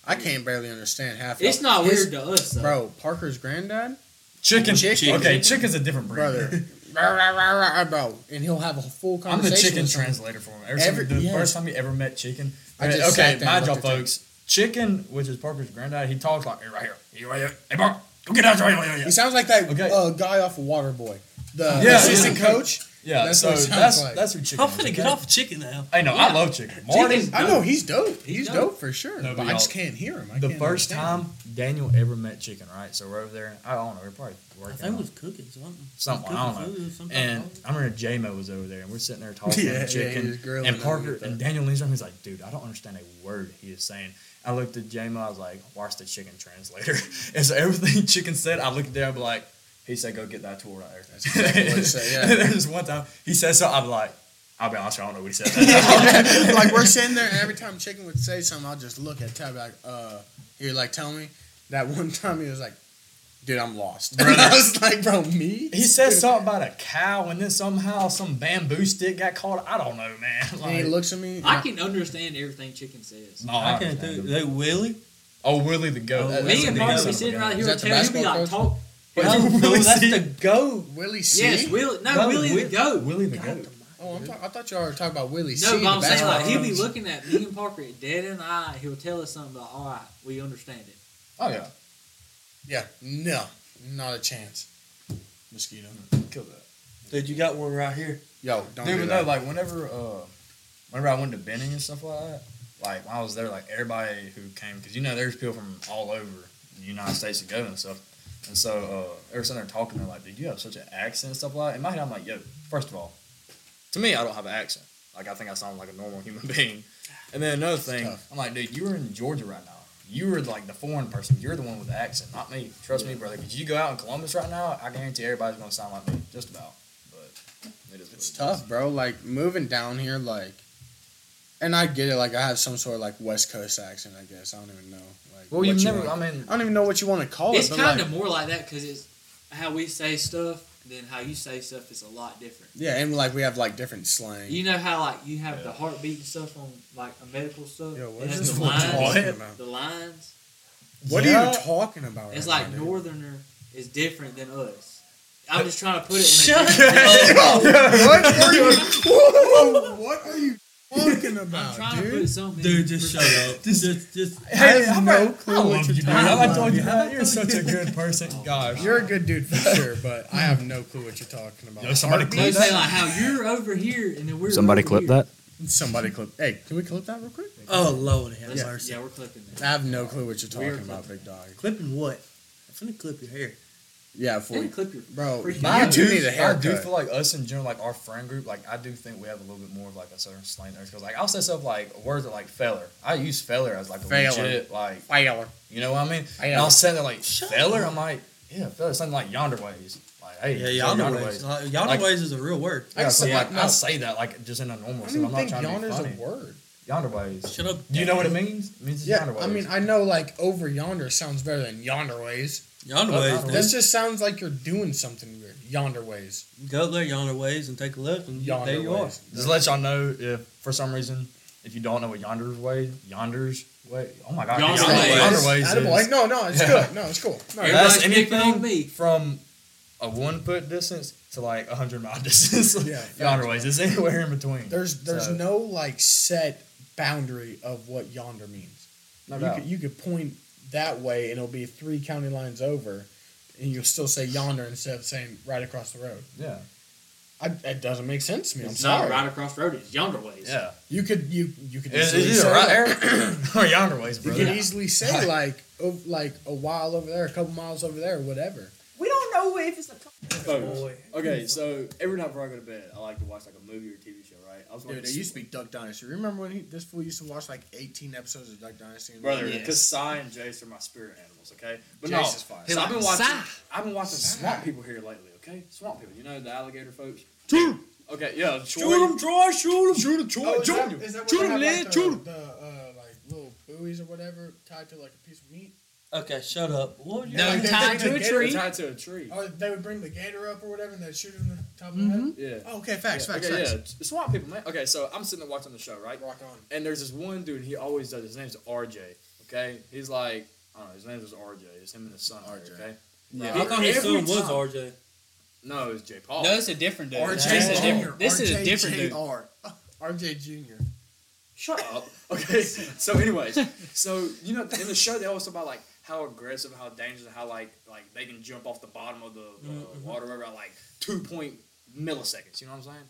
I can't barely understand half. of
It's not
his-
weird to us, though.
Bro, Parker's granddad,
Chicken,
Chicken.
Okay, chicken's a different breed.
brother, rah, rah, rah, rah, bro, and he'll have a full
I'm the
conversation.
chicken
with him.
translator for him. Every,
Every-
time the
yes.
first time you ever met chicken.
I just
okay,
sat there
mind
and
y'all,
looked at
folks. Chicken, which is Parker's granddad, he talks like, hey, right here, hey, right here, hey, Parker, go get out right here, yeah,
He sounds like that
Okay.
uh, guy off of Waterboy, the
Yeah,
assistant
yeah.
coach.
yeah.
That's
so
what it sounds
that's
like.
that's who chicken.
I'm
is,
finna
okay?
get off of chicken now.
Hey, no, I
Yeah.
love chicken. Marty,
Chicken's-
I know he's dope.
He's
He's, dope.
dope.
for sure.
No,
but
but
I
y'all-
just can't hear him. I
the
can't
first
understand.
time Daniel ever met chicken, right? So we're over there. I don't know. We're probably
I
working.
think it
on
was cooking something.
Something, I don't know. And I remember J Mo was over there, and we're sitting there talking
Yeah, yeah,
about
he
chicken.
was grilling
and
him
Parker
with that.
and Daniel leans over and he's like, dude, I don't understand a word he is saying. I looked at J Mo, I was like, watch the chicken translator. And so everything chicken said, I looked at there, I'm like, he said, go get that tool right there. That's
exactly what he said, yeah.
There's one time he said so, I'm like, I'll be honest, I don't know what he said.
like we're sitting there, and every time Chicken would say something, I'll just look at Tab like, uh, he would like tell me that one time he was like, dude, I'm lost. And I was like, bro, me?
he said something about a cow, and then somehow some bamboo stick got caught. I don't know, man.
And he
Like,
looks at me. and
I can understand everything Chicken says.
no,
Oh, I can't do
it.
They Willie?
Oh, Willie the goat.
Oh,
That- that's
Me and
a
Mark
decent
be
of a
sitting
guy.
right
Is
here
that
with
the
Taylor. He'll be
basketball
like, talk.
That's
No, no,
Willie
that's
C.
the goat.
Willie C.
Yes, Willie. No,
No,
Willie
Wi-
the goat.
Willie the goat.
Oh, I'm talk- I thought y'all were talking about Willie C.
No,
the
but I'm saying
basketball
like he'll be
coach.
looking at me and Parker dead in the eye. He'll tell us something like, "All right, we understand it."
Oh yeah,
Yeah, no, not a chance. Mosquito.
kill that.
Dude, you got one right here.
Yo, don't
Dude,
do
but no,
that.
like whenever, uh, whenever I went to Benning and stuff like that, like when I was there, like everybody who came, because you know there's people from all over the United States to go and stuff, and so uh, they were sitting there talking, they're like, "Dude, you have such an accent and stuff like that." In my head, I'm like, "Yo, first of all, to me, I don't have an accent. Like I think I sound like a normal human being." And then another thing,
tough.
I'm like, "Dude, you were in Georgia right now.
You were like the foreign person. You're the one with the accent, not me. Trust me, brother. Because you go out in Columbus right now, I guarantee everybody's gonna sound like me, just about. But it is. what
It's
it
tough, bro. Like moving down here, like, and I get it. Like I have some sort of like West Coast accent, I guess. I don't even know. Like,
Well,
what
you've never.
wanna-
I mean,
I don't even know what you want to call
It's
it. Oh, but,
kind
like-
of more like that because it's how we say stuff than how you say stuff is a lot different.
Yeah, and like we have like different slang.
You know how like you have
Yeah.
the heartbeat and stuff on like a medical stuff.
Yo,
It
what is
has
this
the
fool
lines.
talking about?
The lines.
What are you
Yeah.
talking about?
It's
right
like
now, dude?
northerner is different than us. I'm just trying to put it. In a
Shut
different-
up! What are you? Whoa, what are you talking
I'm
about,
trying to put
dude?
something.
Dude, just shut up. Just, just, just.
I have no clue
I
what
love
you're
you, dude.
talking
I
about.
told you that. You're such a good person. Gosh.
You're a good dude for sure, but I have no clue what you're talking about.
Yo, somebody
No,
clip
you say
that.
like how you're over here and then we're
Somebody
over
clip
here.
that.
Somebody clip. Hey, can we clip that real quick?
Oh Lord, have
Let's-
mercy.
yeah, we're clipping that.
I have no clue what you're
We're
talking about, big dog.
Clipping what? I'm gonna clip your hair.
Yeah, for
Then clip your
bro,
freaking-
my-
I
You
do,
do need a
I do
haircut.
feel like us in general, like our friend group, like I do think we have a little bit more of like a certain slang there. Because like I'll say stuff like words that like feller. I use feller as like a
Feller.
legit like
fire.
you know what I mean.
I
and I'll
know.
say there like
Shut
feller. I'm like yeah feller something like yonder ways. Like hey
Yeah, yonder,
yonder
ways. Uh, yonder
Like-
ways is a real word.
Yeah, so
Yeah,
like
no.
I say that like just in a normal.
I
sense.
don't
I'm
even
not
think
trying to be
yonder's
funny.
a word.
Yonder ways.
Shut up.
Do you know what it means? It means it's
Yeah,
yonder ways.
I mean, I know like over yonder sounds better than yonder ways.
Yonder
Uh,
ways.
uh,
dude.
That just sounds like you're doing something weird. Yonder ways.
Go up there, yonder ways, and take a look, and you
Yonder
there you
ways.
Just let y'all know if for some reason if you don't know what yonder's way, yonder's way. Oh my god,
Yonder
yonder
ways.
ways. Yonder ways
Attaboy.
is-
No, no, it's
Yeah.
good. No, it's cool. No,
Yeah.
that's
Everybody's picking on
anything
me.
from a one foot distance to like a hundred mile distance.
Yeah,
yonder ways. It's anywhere in between.
there's there's
So-
no like set boundary of what yonder means.
No
you
doubt.
could you could point that way and it'll be three county lines over, and you'll still say yonder instead of saying right across the road.
yeah,
I, that doesn't make sense to me. I'm
It's
sorry.
not right across the road. It's yonder ways.
yeah.
You could you you could
It's,
easily
it's either
say
right
like-
there or yonder ways,
You
bro.
could
Yeah.
easily say like o- like a while over there, a couple miles over there, whatever.
We don't know if it's a.
Boy.
Okay, so every night before I go to bed, I like to watch like a movie or TV show, right? I was
Dude, it used to be Duck Dynasty. Remember when he, this fool used to watch like 18 episodes of Duck Dynasty? And
brother,
Yes.
because Sai and Jace are my spirit animals. Okay, but no,
Jace is fire.
so I've been
Like,
watching.
"Sai."
I've been watching swamp people here lately. Okay, swamp people. You know the alligator folks.
Shoot him!
Okay, yeah,
Shoot
Troy.
him, Troy. Shoot him.
Shoot him, Troy.
Oh, is
Shoot
that,
him.
is that
Shoot
where they have,
him, lad.
like,
Shoot
the,
him.
the uh, like little buoys or whatever tied to like a piece of meat?
Okay, shut up. What was
No,
your-
you tied to a
They're tied to a tree.
Or they would bring the gator up or whatever and they'd shoot him in the top of the head?
Yeah.
Oh, okay, facts,
Yeah,
facts,
okay,
facts.
yeah. T- Swamp people, man. Okay, so I'm sitting there watching the show, right?
Rock on.
And there's this one dude. He always does. His name's RJ. Okay, he's like I don't know. His name is RJ. It's him and his son. RJ.
RJ.
Okay.
Yeah,
He-
I thought his
every
son was
time-
RJ.
No, it's J Paul.
No, it's a different dude.
RJ
This is a
Jr.
different. This is a different dude.
RJ Jr. RJ Jr.
Shut up. Okay. So, anyways, so you know, in the show they always talk about like how aggressive, how dangerous, how like like they can jump off the bottom of the uh, water river at like two point milliseconds. You know what I'm saying?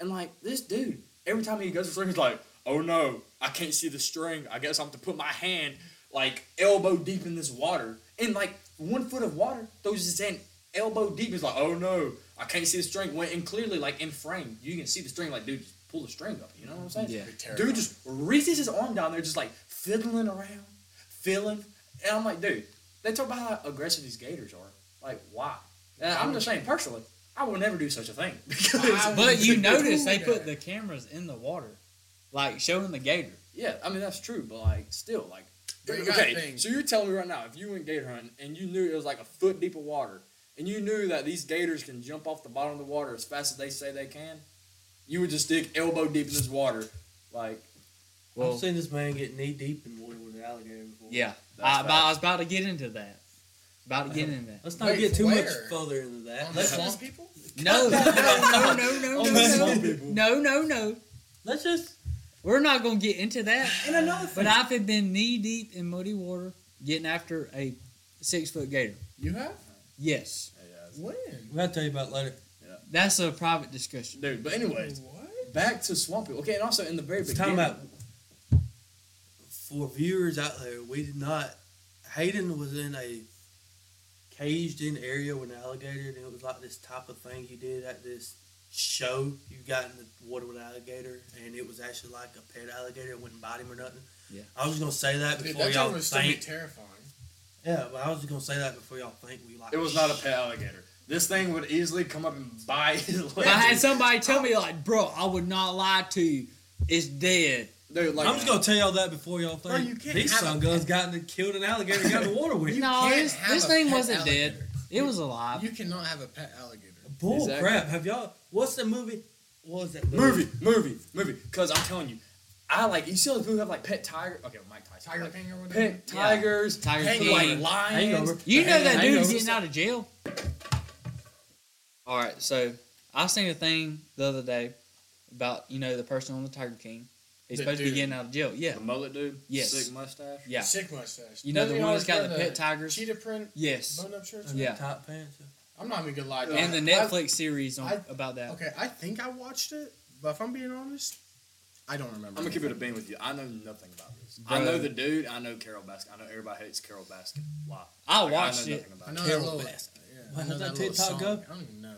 And like this dude, every time he goes for something, he's like, "Oh no, I can't see the string. I guess I'm to put my hand like elbow deep in this water." And like one foot of water, throws his hand elbow deep. He's like, "Oh no, I can't see the string." When and clearly, like in frame, you can see the string. Like, dude, just pull the string up. You know what I'm saying?
Yeah.
Dude just reaches his arm down there, just like fiddling around, fiddling. And I'm like, dude, they talk about how aggressive these gators are. Like, why? And I'm just saying, personally, I would never do such a thing. Because,
But you notice they
guy.
put the cameras in the water, like showing the gator.
yeah, I mean, that's true, but like, still, like,
But you gotta
okay,
think.
so you're telling me right now, if you went gator hunting and you knew it was like a foot deep of water, and you knew that these gators can jump off the bottom of the water as fast as they say they can, you would just dig elbow deep in this water. Like,
Well-
I've seen this man get knee deep in water with an alligator before.
Yeah,
That's
I, but I was about to get into that. About to get into that.
Let's not
Wait,
get too much
where?
further into that.
Let's
Let's just,
people?
No, no, no, no, no,
On
no,
the
no,
swamp people.
no, no, no.
let's just.
We're not gonna get into that.
And another
But
thing.
I've been knee deep in muddy water, getting after a six foot gator.
You have?
Yes,
When?
We're gonna tell you about it later.
that's a private discussion.
dude, but anyways,
What?
back to Swamp People. Okay, and also in the very
It's
beginning.
time out. For viewers out there, we did not. Hayden was in a caged in area with an alligator, and it was like this type of thing he did at this show you got in the water with an alligator, and it was actually like a pet alligator, it wouldn't bite him or nothing.
Yeah.
I was gonna say that
Dude,
before
that
y'all
thing would still be
think.
terrifying.
yeah, but I was gonna say that before y'all think we like.
It was not a pet alligator. This thing would easily come up and bite his
If
leg.
I had somebody tell me like, bro, I would not lie to you. It's dead.
Dude, like,
I'm just gonna tell y'all that before y'all think.
you can't
These
have a
sun guns got in the, killed an alligator, and got in the water with. it.
no,
can't
this,
have
this
a
thing
pet
wasn't dead.
alligator.
It was alive.
You cannot have a pet alligator.
Bull
Exactly.
crap! Have y'all? What's the movie? What was that
Movie, movie, movie. Cause I'm telling you, I like you see all the people who have like pet tiger. Okay, Mike Tyson. Tiger like, King or whatever.
Pig,
Pet tigers,
Tiger
hanging
King.
like lions.
Hangover.
You know that dude's
Hangover.
getting out of jail. All right, so I seen a thing the other day about you know the person on the Tiger King. He's
The
supposed to
dude.
be getting out of jail. Yeah,
The mullet dude.
Yes.
Sick mustache.
yeah.
Sick mustache.
You know
Doesn't
the
he
one that's
always
got
wear
the pet tigers?
Cheetah print
Yes,
button up shirts.
Yeah.
Top pants.
I'm not even gonna lie.
and the
I've-
Netflix series on,
I-
about that.
Okay, I think I watched it, but if I'm being honest, I don't remember.
I'm gonna keep it a bean with you. I know nothing about this. I
Bruh.
know the dude. I know Carol Baskin. I know everybody hates Carol Baskin. Why?
I
Like,
watched
know
it,
nothing about
I
it.
know
Carol
that little.
Baskin.
Yeah,
Why
I know
does that
that little
TikTok
song.
go?
I don't even know.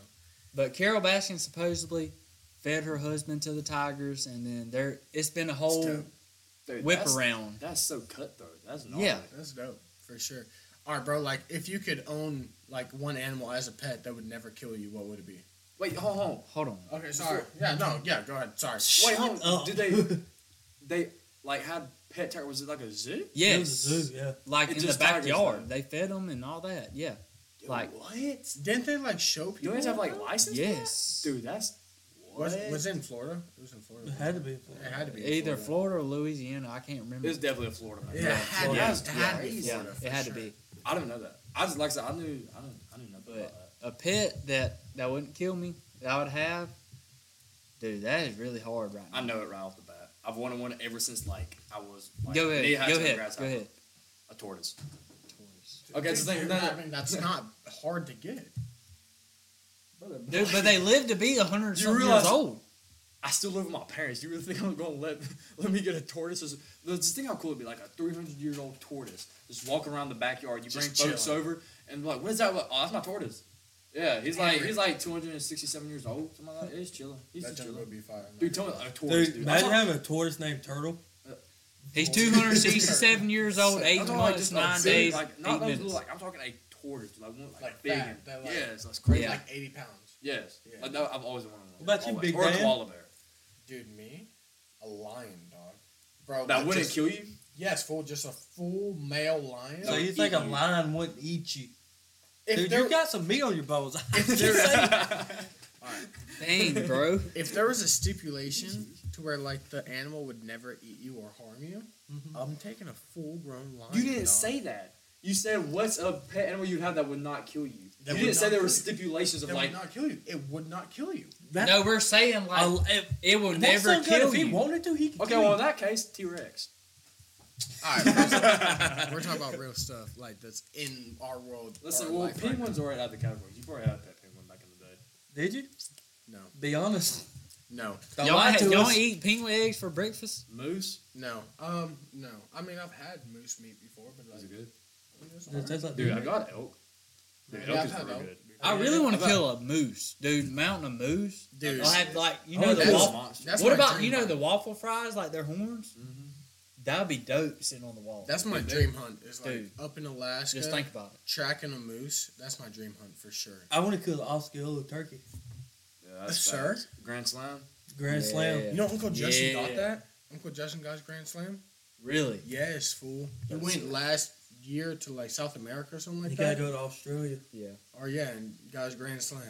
but Carol Baskin supposedly fed her husband to the tigers, and then there it's been a whole
terrible.
Dude,
whip
that's-
around.
That's so cutthroat. That's not.
Yeah.
That's dope for sure. All right, bro. Like, if you could own like one animal as a pet that would never kill you, what would it be?
Wait, hold on.
Hold on,
Okay, sorry. Yeah, no, yeah. Go ahead. Sorry.
Wait, hold on.
up.
Did they? They like had pet tiger? Was it like a zoo?
It was a
yes,
zoo, yeah.
like
It
in the
just tigers,
backyard,
though.
they fed them and all that. Yeah,
Dude,
Like-
what? Do
Didn't they like show people?
you guys have like license? for that?
yes,
Dude, that's what?
Was, was it in Florida? It was in Florida.
It had to be. a
It had to be in
either Florida or Louisiana. I can't remember.
It's definitely a Florida man.
Yeah, it had, to-
Florida.
it had to be
yeah,
Florida.
it had to be
I didn't know that. I just like I said, I knew I don't I knew nothing about that.
a pet that that wouldn't kill me. That I would have, dude. That is really hard right
I
now.
know it right off the bat. I've wanted one ever since like I was like,
Go ahead,
knee-high
go
to a
ahead,
grasshopper.
go ahead.
A tortoise. Okay, that's the thing.
Dude,
No,
I
no,
mean, that's not hard to get.
Dude, but they live to be a hundred and
You
something years
realize-
old.
I still live with my parents. You really think I'm gonna let let me get a tortoise? Just just think how cool it'd be like a 300 year old tortoise just walk around the backyard. You bring
Just
folks
chilling.
over and be like, what is that? Oh, that's my tortoise. Yeah, he's like he's like 267 years old. Something like that. He's chilling. He's
That
just
junk
chilling.
would be fire.
Dude, tell me a tortoise,
Dude,
dude. I'm
imagine
talking-
having a tortoise named Turtle.
He's two hundred sixty-seven years old,
I'm
eight
talking like
months,
just a
nine
big,
days,
Like, not
eight
those little,
minutes.
like I'm talking a tortoise, like one like,
Like
big.
fat,
and-
that, like-
yes, that's crazy.
Yeah.
Like eighty pounds,
Yes,
Yeah.
like that, I've always wanted one.
What about you,
Always.
Big
or a
Dan?
koala bear
dude. Me, a lion, dog. Bro,
that
like,
wouldn't
just-
kill you.
Yes, full, just a full male lion.
So
would
you think
eat
a
you.
lion wouldn't eat you?
if
Dude,
there,
you got some meat on your bones.
Dang, bro.
if there was a stipulation to where like the animal would never eat you or harm you, I'm taking a full grown lion.
Mm-hmm. You didn't
dog.
say that. You said what's a pet animal you'd have that would not kill you.
That
you
would
didn't say
not
there were
kill you.
stipulations
That
of like.
would not kill you. It would not kill you.
No, we're saying like
I'll- if-
it will
That
never
son gun,
kill
if he
you.
wanted to, he could
Okay,
kill
well
you.
in that case, T Rex.
All right, we're talking about real stuff like that's in our world.
Listen,
our
well,
life right
penguins are right out of the category. You probably had a pet penguin back in the day.
Did you?
now.
Be honest.
No, no,
Don't
Y'all,
lie
had-
to
y'all
us.
eat penguin eggs for breakfast?
Moose.
no. Um, no. I mean, I've had moose meat before, but like,
Is it good?
it was
It tastes like
Dude, I got elk. Dude,
Yeah,
elk
I've
is
had
pretty
elk.
good.
I really want to kill a moose, dude. Mountain a moose.
Dude,
I'll have like
Oh,
you
I
know
want
the
to kill a
waffle.
monster.
That's
What
my
about
dream
you know
hunt.
the waffle fries like their horns?
Mm-hmm.
That'd be dope sitting on the wall.
That's my dream hunt. Is like
Dude.
up in Alaska,
Just think about it.
tracking a moose. That's my dream hunt for sure.
I want to kill the Osceola turkey.
Yeah, that's
Sir?
facts. Grand Slam.
Grand Slam.
Yeah.
You know, Uncle Justin got
Yeah.
that. Uncle Justin got his grand slam.
Really?
Yes, fool. He
That's
went
it.
last year to like South America or something like
You gotta
that.
go to Australia.
Yeah.
or yeah, and got his grand slam.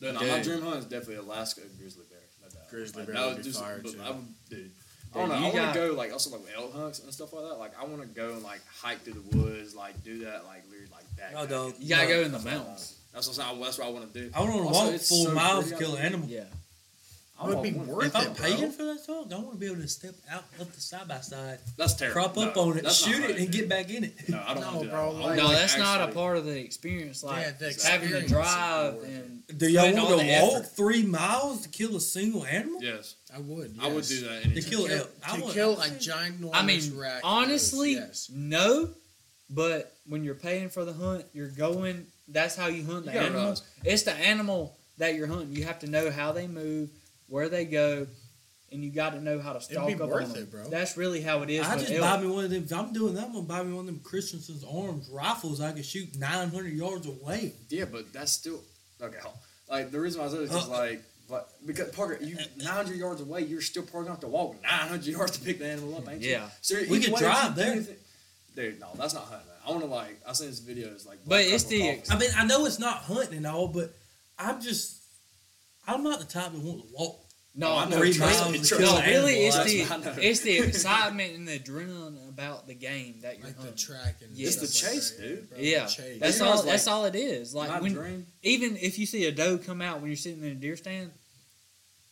Dude, no, my
Dude.
dream hunt is definitely Alaska grizzly bear. No doubt.
Grizzly
Like,
bear
that
would
was
be
just,
fire,
but
too.
I would, dude. I don't know.
Dude,
I
you
want to
got-
go like also like elk hunts and stuff like that. Like I want to go and like hike through the woods, like do that, like weird, like that.
No,
kind
dog.
of-
You gotta
No.
go in the
That's what I want.
mountains.
That's what I'm saying. That's what I want to do.
I want to
Also,
walk
it's
full
so
miles
pretty
to
out
kill an
there.
animal.
Yeah.
It would be
want one.
worth
If I'm
it, bro.
paying for that dog, I want to be able to step out, look the side by side,
That's terrible.
crop up
No,
on it,
that's not
shoot
right,
it, and
dude.
get back in it.
No, I don't
No,
want to do
bro,
that. I
like-
wanna,
No,
like,
that's not a
actually-
part of the experience. Like
Yeah, the
having to
experience is
drive
important.
and
Do y'all
Putting all
want
the
to walk
effort.
three miles to kill a single animal?
Yes,
I would.
I would
yes.
do that.
To
Anytime.
kill,
Kill-
elk. I
to
want,
kill a ginormous
I mean,
rack.
honestly,
yes.
no. But when you're paying for the hunt, you're going. That's how you hunt the
gotta
animal.
realize-
It's the animal that you're hunting. You have to know how they move, where they go, and you got to know how to stalk up on
worth
them.
it, bro.
That's really how it is.
I
with
just
elk.
buy me one of them. If I'm doing that, I'm gonna buy me one of them Christensen's arms rifles. I can shoot 900 yards away.
Yeah, but that's still okay. hold- Like the reason why I said it's just like, but because Parker, you 900 yards away, you're still probably gonna have to walk 900 yards to pick the animal up, ain't you?
Yeah.
So
We
either
could
way,
drive
if you do
there.
anything- Dude, no, that's not hunting. Man. I want to like, I seen this video. It's like,
But it's the-
I mean, I know it's not hunting and all, but I'm just, I'm not the type that wants to walk.
no,
I
I'm
know
no,
three
trust me,
miles to
trust
kill
me.
no,
an
really, it's
animal.
Trust me,
the
I know.
it's the excitement and the adrenaline about the game that you're
Like the
hunting.
track and
uh-huh. Yeah. It's
stuff
the
like
chase,
that,
dude.
bro.
yeah,
Chase.
that's
You
all.
realize, like,
that's all it is.
my
Like when
dream.
even if you see a doe come out when you're sitting in a deer stand,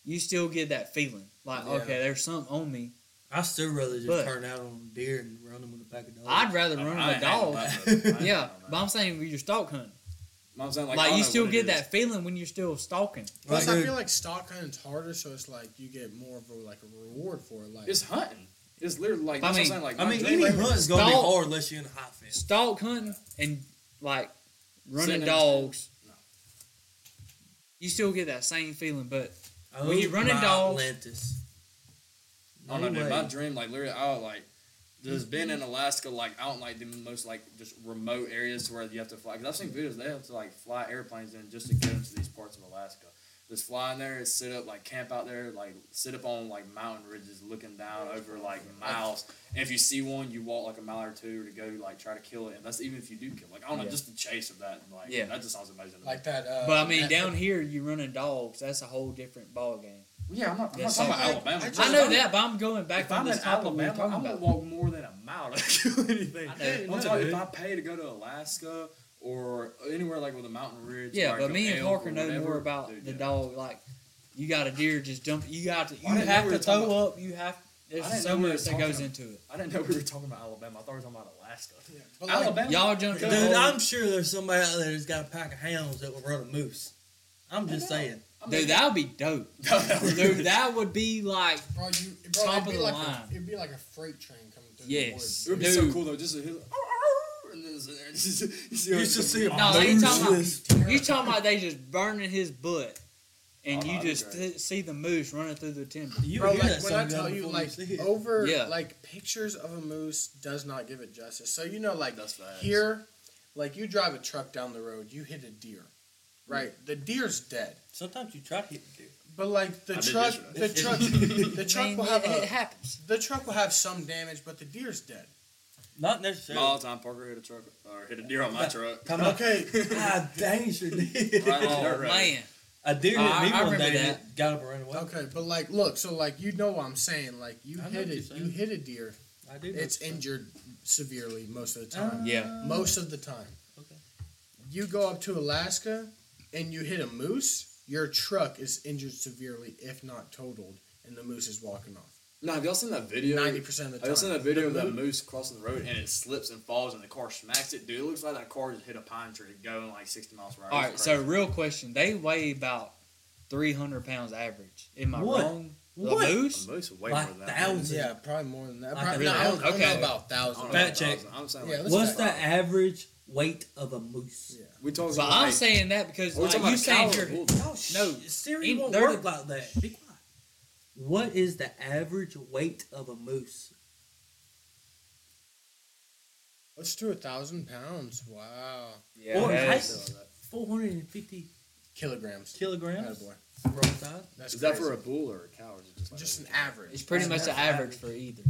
you still get that feeling like
Yeah.
okay, there's something on me.
I still rather just
But-
turn out on a deer and run them with a pack of dogs.
I'd rather
I-
run
I
with a
ain't handling
dog.
that, brother. I ain't
Yeah,
handling
but I'm saying when you're stalk hunting,
I'm saying like,
like,
I
you
know
still
what it
get
is.
that feeling when you're still stalking.
Like,
Plus, I
dude,
feel like stock hunting's harder, so it's like you get more of a like a reward for it. Like
It's hunting. It's literally like. that's
I
what
mean-
I'm saying, like,
I
my
mean,
dream-
any hunt is gonna be
Stalk.
hard unless you're in a high fence.
Stalk hunting and like
Sitting
running
in-
dogs,
No.
you still get that same feeling. But
Oh,
When you're running
my
dogs- Oh,
Atlantis.
I don't know,
way.
dude. My dream, like literally, I would, like just being in Alaska, like out in like the most like just remote areas where you have to fly. Because I've seen videos they have to like fly airplanes in just to get into these parts of Alaska. Just fly in there, sit up, like camp out there, like sit up on like mountain ridges, looking down over like miles. And if you see one, you walk like a mile or two to go like try to kill it. And that's even if you do kill. Like I don't know,
Yeah.
just the chase of that. Like
Yeah.
that just sounds amazing. To me.
like that. Uh,
but I mean
that-
down here you running dogs, that's a whole different ball game.
yeah, I'm not, I'm
Yeah,
not talking
so-
about Alabama.
I know that, but I'm going back
If I'm
on
in
this topic we were
Alabama,
talking
I'm gonna
about.
walk more than a mile to kill anything.
I know.
I'm talking if I pay to go to Alaska or anywhere like with a mountain ridge.
Yeah,
where I
but
go
me and
elk or
Parker know
whatever,
more about
dude,
the
yeah.
dog. Like, you got a deer just jump. You got to. You
didn't know
have
we
to
were talking
throw up. You have.
didn't
There's
know
so
we were
much that
talking
goes
about-
into it.
I didn't know we were talking about Alabama. I thought we were talking about Alaska.
but like,
Alabama.
Y'all jumped.
Dude,
Dude,
in
I'm sure there's somebody out there that's got a pack of hounds that will run a moose. I'm just saying.
I mean,
Dude, that would be dope.
that would be-
Dude, that would be like.
bro, you, bro,
Top
it'd
of
be
the
like
line.
A, it'd be like a freight train coming through.
Yes.
it would be so
dude.
cool though. Just a hill. "Oh, And then it's- it's- it's- it's-
You should see a
No, they ain't talking about-
moose.
You talking about they just burning his butt, and
Oh,
you
that'd be
just
great.
t- see the moose running through the timber.
You
Bro,
hear
like
that
when I
song
tell
going
you,
before
like oh.
see it.
over,
Yeah.
like pictures of a moose does not give it justice. So you know, like
That's facts.
here, like you drive a truck down the road, you hit a deer, right? The deer's dead,
Sometimes you try to hit the deer.
but like the
I did
truck,
yesterday.
the truck, the
I
truck
mean,
will have
it, it
a,
happens.
the truck will have some damage, but the deer's dead.
Not
No, all
necessarily.
the time Parker hit a truck or hit a deer on my truck.
Come on.
Okay,
Ah, dang, you sure did.
Right on the
Oh
dirt road.
man,
A deer hit
I-
me
I
one
remember
day and
that.
it got up and ran away.
okay, but like look, so like you know what I'm saying? Like you
I know what
hit
you're
it, you
saying.
hit a deer,
I do. know
it's
what you're
injured severely most of the time.
yeah.
Most of the time.
Ah. Okay.
You go up to Alaska and you hit a moose, your truck is injured severely, if not totaled, and the moose is walking off.
No, have y'all seen that
90%
video?
of the
Have y'all seen
time.
that video of
The
that moose crossing the road and it slips and falls and the car smacks it? Dude, it looks like that car just hit a pine tree going like 60 miles per hour.
All
It
right.
was
So,
crazy.
real question: They weigh about three hundred pounds average. Am I
What?
wrong?
What?
The moose?
A moose is way
Like
more than that.
thousands.
Yeah, probably more than that.
Like
Probably,
a
no, I don't,
thousand.
I don't know
Okay.
about
I don't
thousands.
know,
Fact
a
check.
thousand. I'm saying
Yeah,
like,
saying.
let's
What's
check.
the average weight of a moose?
Yeah.
we talking
But
about
I'm
like-
saying that because
we
like,
talking
you
about
saying
cows or
you're
bull-
Oh,
No,
Siri
in-
won't
they're-
work like that. Be quiet. What is the average weight of a moose?
Let's do a thousand pounds. Wow.
Yeah,
Or
that
height.
is-
Four hundred and fifty
Kilograms.
kilograms.
Attaboy.
Roll tide.
That's
Is that
crazy.
for a bull or a cow? Or is it just like
just an
It's
average.
pretty
Yeah,
much
that's
the average for either.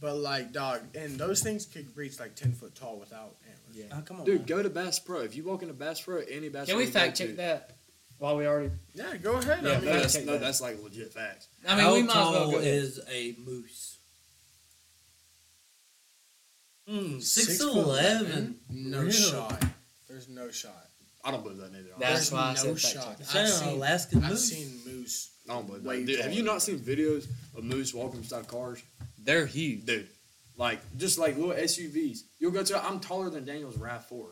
But like dog, and those things could reach like ten foot tall without antlers.
Yeah.
Oh, come on,
Dude,
man.
go to Bass Pro. If you walk into Bass Pro, any Bass
Can
Pro.
we
you go
fact
to-
check that while we already?
Yeah, go ahead.
Yeah,
I
No,
mean,
fact
that's,
check
no,
that.
that's like legit facts.
I mean,
How
we might as well
tall
go. ahead.
is a moose? Mm,
six
six
foot
eleven.
No
Really?
shot. There's no shot.
I don't believe that neither. honestly.
That's
There's
why I
no
said fact
shot.
check.
Is that
I've
an
seen-
Alaskan
I've
moose?
seen moose.
I don't believe
way
that. Dude, have you
taller.
not seen videos of moose walking beside cars?
They're huge.
dude. Like just like little SUVs. You'll go to I'm taller than Daniel's Rav Four,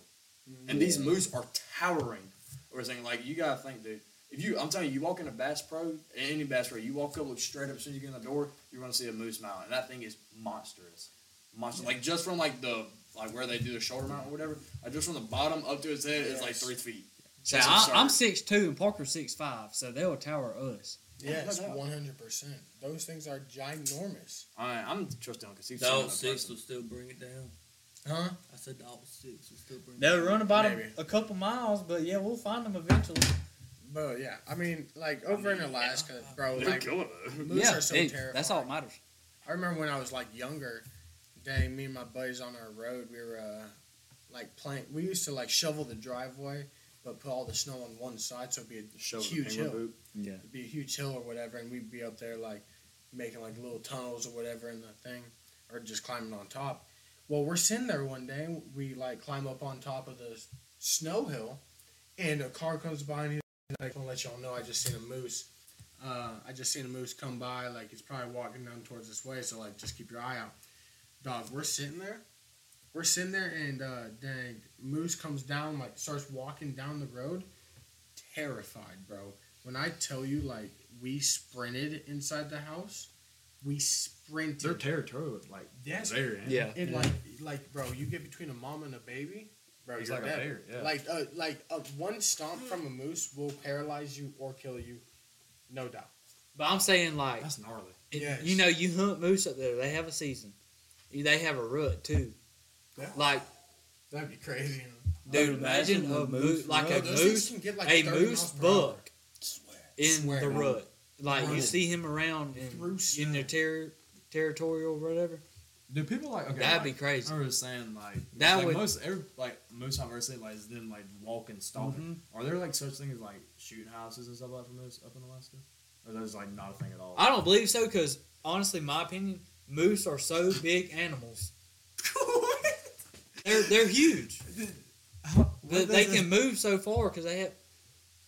and these moose are towering. Or saying like you gotta think, dude. If you, I'm telling you, you walk into Bass Pro, any Bass Pro, you walk up, look straight up as soon as you get in the door, you're gonna see a moose mount, and that thing is monstrous, monster. Like just from like the like where they do the shoulder mount or whatever, like just from the bottom up to its head is like
Yes.
three feet.
So
That's
I,
absurd.
I'm six two and Parker's six five, so they'll tower us.
Yes,
No doubt.
one hundred percent. Those things are ginormous.
I, I'm trusting because he's
Dog
seen it in
six
person.
will still bring it down.
Huh?
I said dog six will still bring it
They'll
down.
run about
Maybe.
a, a couple miles, but yeah, we'll find them eventually.
But yeah, I mean, like over in Alaska, bro.
They're
Like,
killer though.
moose
yeah,
are so
hey,
terrifying.
that's all that matters.
I remember when I was like younger, dang, me and my buddies on our road, we were uh, like playing. We used to like shovel the driveway, but put all the snow on one side, so it'd be a
Show the
huge
penguin
hill.
poop.
Yeah,
It'd be a huge hill or whatever, and we'd be up there like making like little tunnels or whatever in the thing, or just climbing on top. Well, we're sitting there one day, we like climb up on top of the s- snow hill, and a car comes by and he's like, "I'll let y'all know I just seen a moose." Uh, I just seen a moose come by, like he's probably walking down towards this way, so like just keep your eye out. Dog, we're sitting there, we're sitting there, and uh, dang, moose comes down, like starts walking down the road, terrified, bro. When I tell you, like, we sprinted inside the house, we sprinted.
They're territorial, like
Yes.
there. ain't
Yeah.
it?
And like, like, bro, you get between a mom and a baby, bro,
It's
you're
like a
dead.
bear. Yeah.
Like, uh, like uh, one stomp from a moose will paralyze you or kill you, no doubt.
But I'm saying like
that's gnarly.
it-
Yes.
you know you hunt moose up there. They have a season. They have a rut too.
Yeah.
Like
That'd be crazy.
dude, imagine, a moose like a moose
can get
a
30
moose
miles per hour.
buck in
Swear.
the rut. Like you
Running.
see him around
Through
in,
snow.
in their ter- territorial or whatever.
Do people like okay?
That'd
like,
be crazy.
I was saying like
That
like
would-
most every like most I've ever seen like is them like walking, stalking.
Mm-hmm.
Are there like such things as like shooting houses and stuff like from those up in Alaska? Or those like not a thing at all?
I don't believe so because honestly, my opinion, moose are so big animals. They're they're huge. But
What
they
does
can move so far because they have.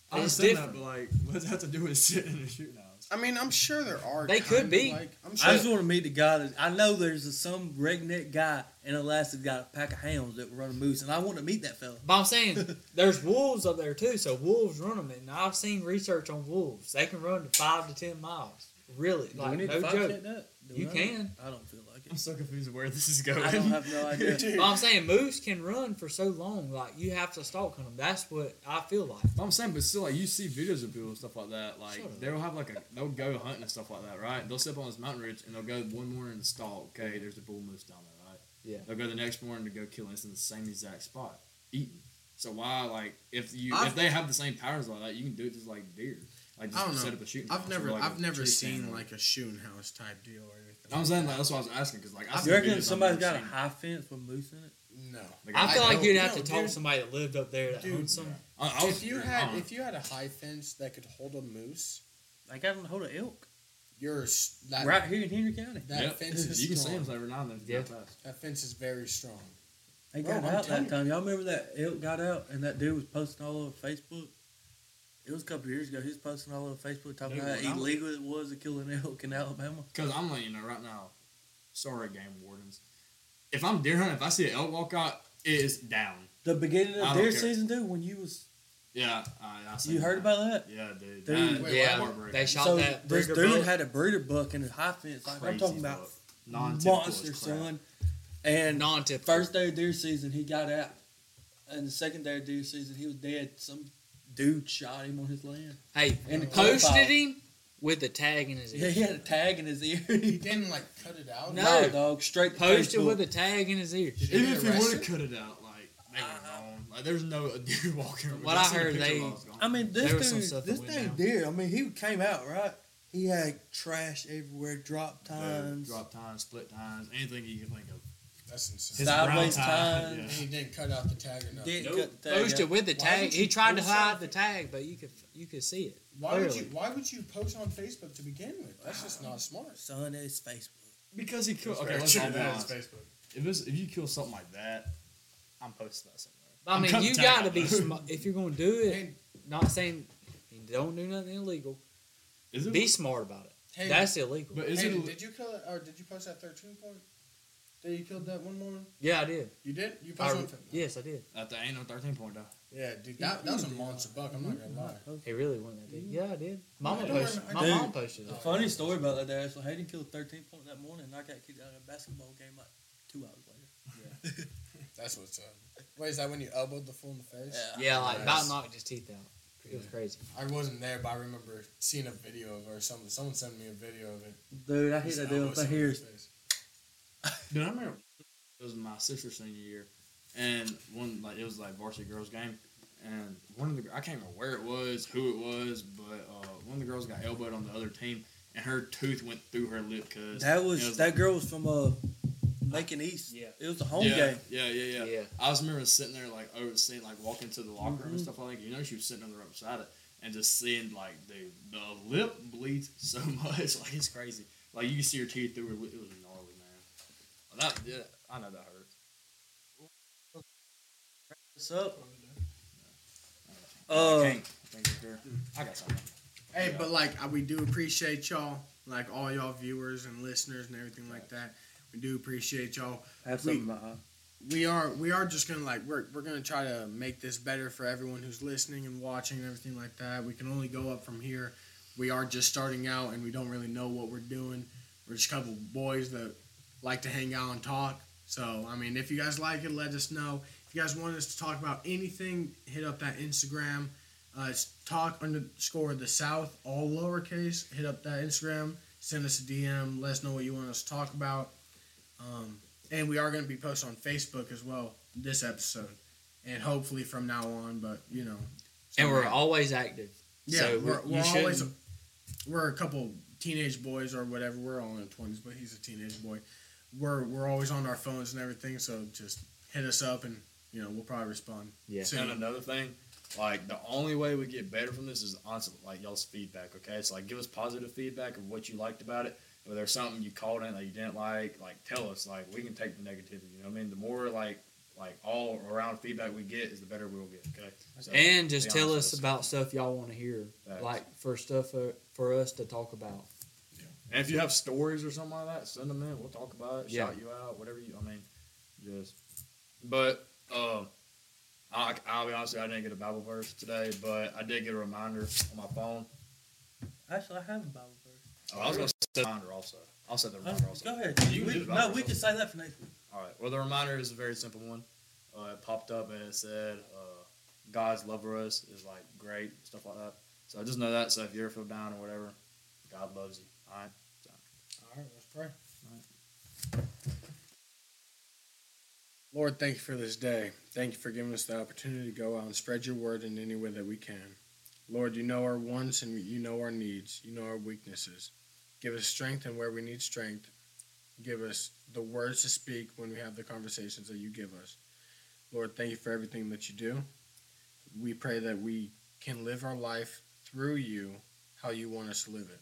I
It's
understand that,
different.
but like, what does that have to do with sitting in a shooting house?
I mean, I'm sure there are.
They could
kinda,
be.
Like, I'm
I just
sure.
want to meet the guy that I know. There's a, some redneck guy in Alaska got a pack of hounds that run a moose, and I want to meet that fella.
But I'm saying there's wolves up there too, so wolves run them, and I've seen research on wolves. They can run to five to ten miles. Really,
Do
like
we need
no
to fact
joke.
check that? Do
You
I?
can.
I don't feel like
I'm
it.
so confused where this is going.
I don't have no idea.
But I'm saying moose can run for so long, like you have to stalk on them. That's what I feel like.
But I'm saying, but still, like you see videos of people and stuff like that. Like
Sure.
they'll have like a they'll go hunting and stuff like that, right? They'll step on this mountain ridge and they'll go one morning and stalk. Okay, there's a bull moose down there, right?
Yeah.
They'll go the next morning to go kill it. It's in the same exact spot, eating. So why, like, if you
I've-
if they have the same patterns like that, you can do it just like deer, like just
I don't know.
set up a shooting.
I've
house or,
never,
like, a
I've never
tree stand
seen
or-
like a shooting house type deal or anything.
I'm saying like that's what I was asking because like I see
You reckon
videos,
somebody's
I've
got
never
a
seen-
high fence with moose in it?
No.
like,
I feel like
don't-
you'd have
no,
to talk
dude.
to somebody that lived up there that
Dude,
owns some.
I, I was
If you
wondering, I
had,
don't know.
if you had a high fence that could hold a moose,
Like I got a hold of elk
you're s- that,
right here in Henry County.
that
Yep.
fence is
you can see
strong.
them every now and then. if you
Yeah.
drive past.
That fence is very strong.
They
Bro,
got
I'm
out
telling
that
you.
time. Y'all remember that elk got out and that dude was posting all over Facebook? It was a couple years ago. He was posting all over Facebook talking
Dude,
about
when
how
I was-
illegal it was to kill an elk in Alabama.
Because I'm letting you know right now, sorry, game wardens. If I'm deer hunting, if I see an elk walk out, it is down.
The beginning
I
of
don't
deer
care.
season, dude, when you was
Yeah, I, I seen
you heard
that.
about that?
Yeah,
Dude.
dude. that
Wait,
is
yeah,
heartbreaking.
They shot
so
that
this
breeder
dude
buck.
had a breeder buck in his high fence. Like, I'm
Crazy
talking about
buck. Non-typical as
monster,
crap.
son. And
non-tip
first day of deer season, he got out, and the second day of deer season, he was dead. Some dude shot him on his land.
Hey,
And
and
the profile.
posted him with the tag in his
Yeah,
ear.
he had a tag in his ear.
He didn't like cut it out.
No.
Nah, dog, straight to
Posted
Facebook.
with a tag in his ear.
Did
Even
get
if you would
arrested?
have cut it out, like they would have known. Like there's no deer walking. around.
Uh-huh. What
I've
I
seen a
heard,
picture
they-
while I was gone.
I mean, this
There was some
dude,
stuff that
this
went
dude
down.
did. I mean, he came out right. He had trash everywhere, drop times,
drop times, split times, anything you can think of.
That's insane.
His brown
sideways
tie,
times.
And
yeah.
he didn't cut out the tag or nothing.
Didn't cut the tag
Posted
up.
with the
Why
tag.
would
He
you
tried to
post
hide the
something?
tag, but you could you could see it.
Why would you?
Clearly.
Why would you post on Facebook to begin with? That's just not smart.
Son, it's Facebook.
Because he killed. Okay,
Very
let's
true.
all be
That is
honest.
Facebook.
If it's, if you kill something like that, I'm posting that somewhere.
I
I'm
mean,
cutting
you
tag
got to
out,
be
though.
smart if you're going to do it.
And-
Not saying you don't do nothing illegal.
Is it?
Be smart about it.
Hey,
That's illegal.
but is
Hayden,
it?
did you kill it, or did you post that thirteen point? That you killed that one morning?
Yeah, I did.
You did. You
I-
posted. on Facebook?
yes, I did.
At the ain't no thirteen point though.
Yeah, dude, that, that was a monster buck. I'm not gonna lie.
He really wasn't that big. Yeah, I did. Mama
don't
posted.
remember-
My
Dude.
mom posted
The
it.
funny story about that, there is, so Hayden killed 13 point that morning, and I got kicked out of a basketball game like two hours later.
That's what's up. Wait, is that when you elbowed the fool in the face?
Yeah, like about
Nice.
knocked his teeth out. It was crazy.
I wasn't there, but I remember seeing a video of it or something. Someone sent me a video of it.
Dude, I hit
Just
that deal
elbowed
up in
someone in
here.
the face.
Dude, I remember it was my sister's senior year, and one like it was like varsity girls game, and one of the I can't remember where it was, who it was, but uh, one of the girls got elbowed on the other team, and her tooth went through her lip. Cause
That
it
was that girl was from uh Macon East.
Yeah.
It was a home
yeah,
game.
yeah, yeah, yeah,
Yeah.
I was remember sitting there like overseeing like walking to the locker room
Mm-hmm.
and stuff like that. You know, she was sitting on the right beside it, and just seeing like the the lip bleeds so much, like it's crazy. Like you can see her teeth through her. lip. It was gnarly, man. That yeah, I know that hurt.
What's up? Uh,
King. Thank you, sir. I got something.
Hey, but like I- we do appreciate y'all, like all y'all viewers and listeners and everything like that. We do appreciate y'all.
have
we-
something in my eye.
We are we are just gonna like we're we're gonna try to make this better for everyone who's listening and watching and everything like that. We can only go up from here. We are just starting out and we don't really know what we're doing. We're just a couple boys that like to hang out and talk. So I mean, if you guys like it, let us know. If you guys want us to talk about anything, hit up that Instagram. Uh, it's talk underscore the South, all lowercase. Hit up that Instagram. Send us a DM. Let us know what you want us to talk about. Um, and we are going to be posting on Facebook as well this episode, and hopefully from now on. But you know,
And we're
somehow.
always active.
yeah,
so
we're,
you
we're always
shouldn't-
we're a couple teenage boys or whatever. We're all in our twenties, but he's a teenage boy. We're we're always on our phones and everything. So just hit us up, and you know we'll probably respond.
Yeah.
And
soon.
another thing, like the only way we get better from this is honestly like y'all's feedback. Okay, so like give us positive feedback of what you liked about it. If there's something you called in that you didn't like, like tell us. Like we can take the negativity. You know what I mean? The more like like all around feedback we get, is the better we'll get. Okay. So,
And just
be
tell
honest
us
with
about stuff y'all want to hear,
Facts.
like for stuff for, for us to talk about.
And if you have stories or something like that, send them in. We'll talk about it.
Yeah.
Shout you out. Whatever you. I mean, just. But um, I, I'll be honest. With you, I didn't get a Bible verse today, but I did get a reminder on my phone.
Actually, I have a Bible verse.
Oh, I was gonna say the reminder also. Oh, I'll say the
Uh,
reminder also.
go ahead.
You
We-
can do the
no,
Bible
we
verse
can say that for next week.
All right. Well, the reminder is a very simple one. Uh, it popped up and it said, uh, "God's love for us is like great stuff like that." So I just know that. So if you ever feel down or whatever, God loves you. All right.
All right, let's pray. Lord, thank you for this day. Thank you for giving us the opportunity to go out and spread your word in any way that we can. Lord, you know our wants and you know our needs. You know our weaknesses. Give us strength and where we need strength. Give us the words to speak when we have the conversations that you give us. Lord, thank you for everything that you do. We pray that we can live our life through you how you want us to live it.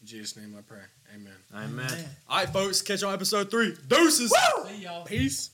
In Jesus' name I pray. Amen.
Amen.
Man.
All right, folks. Catch you on episode three. Deuces.
See y'all.
Peace.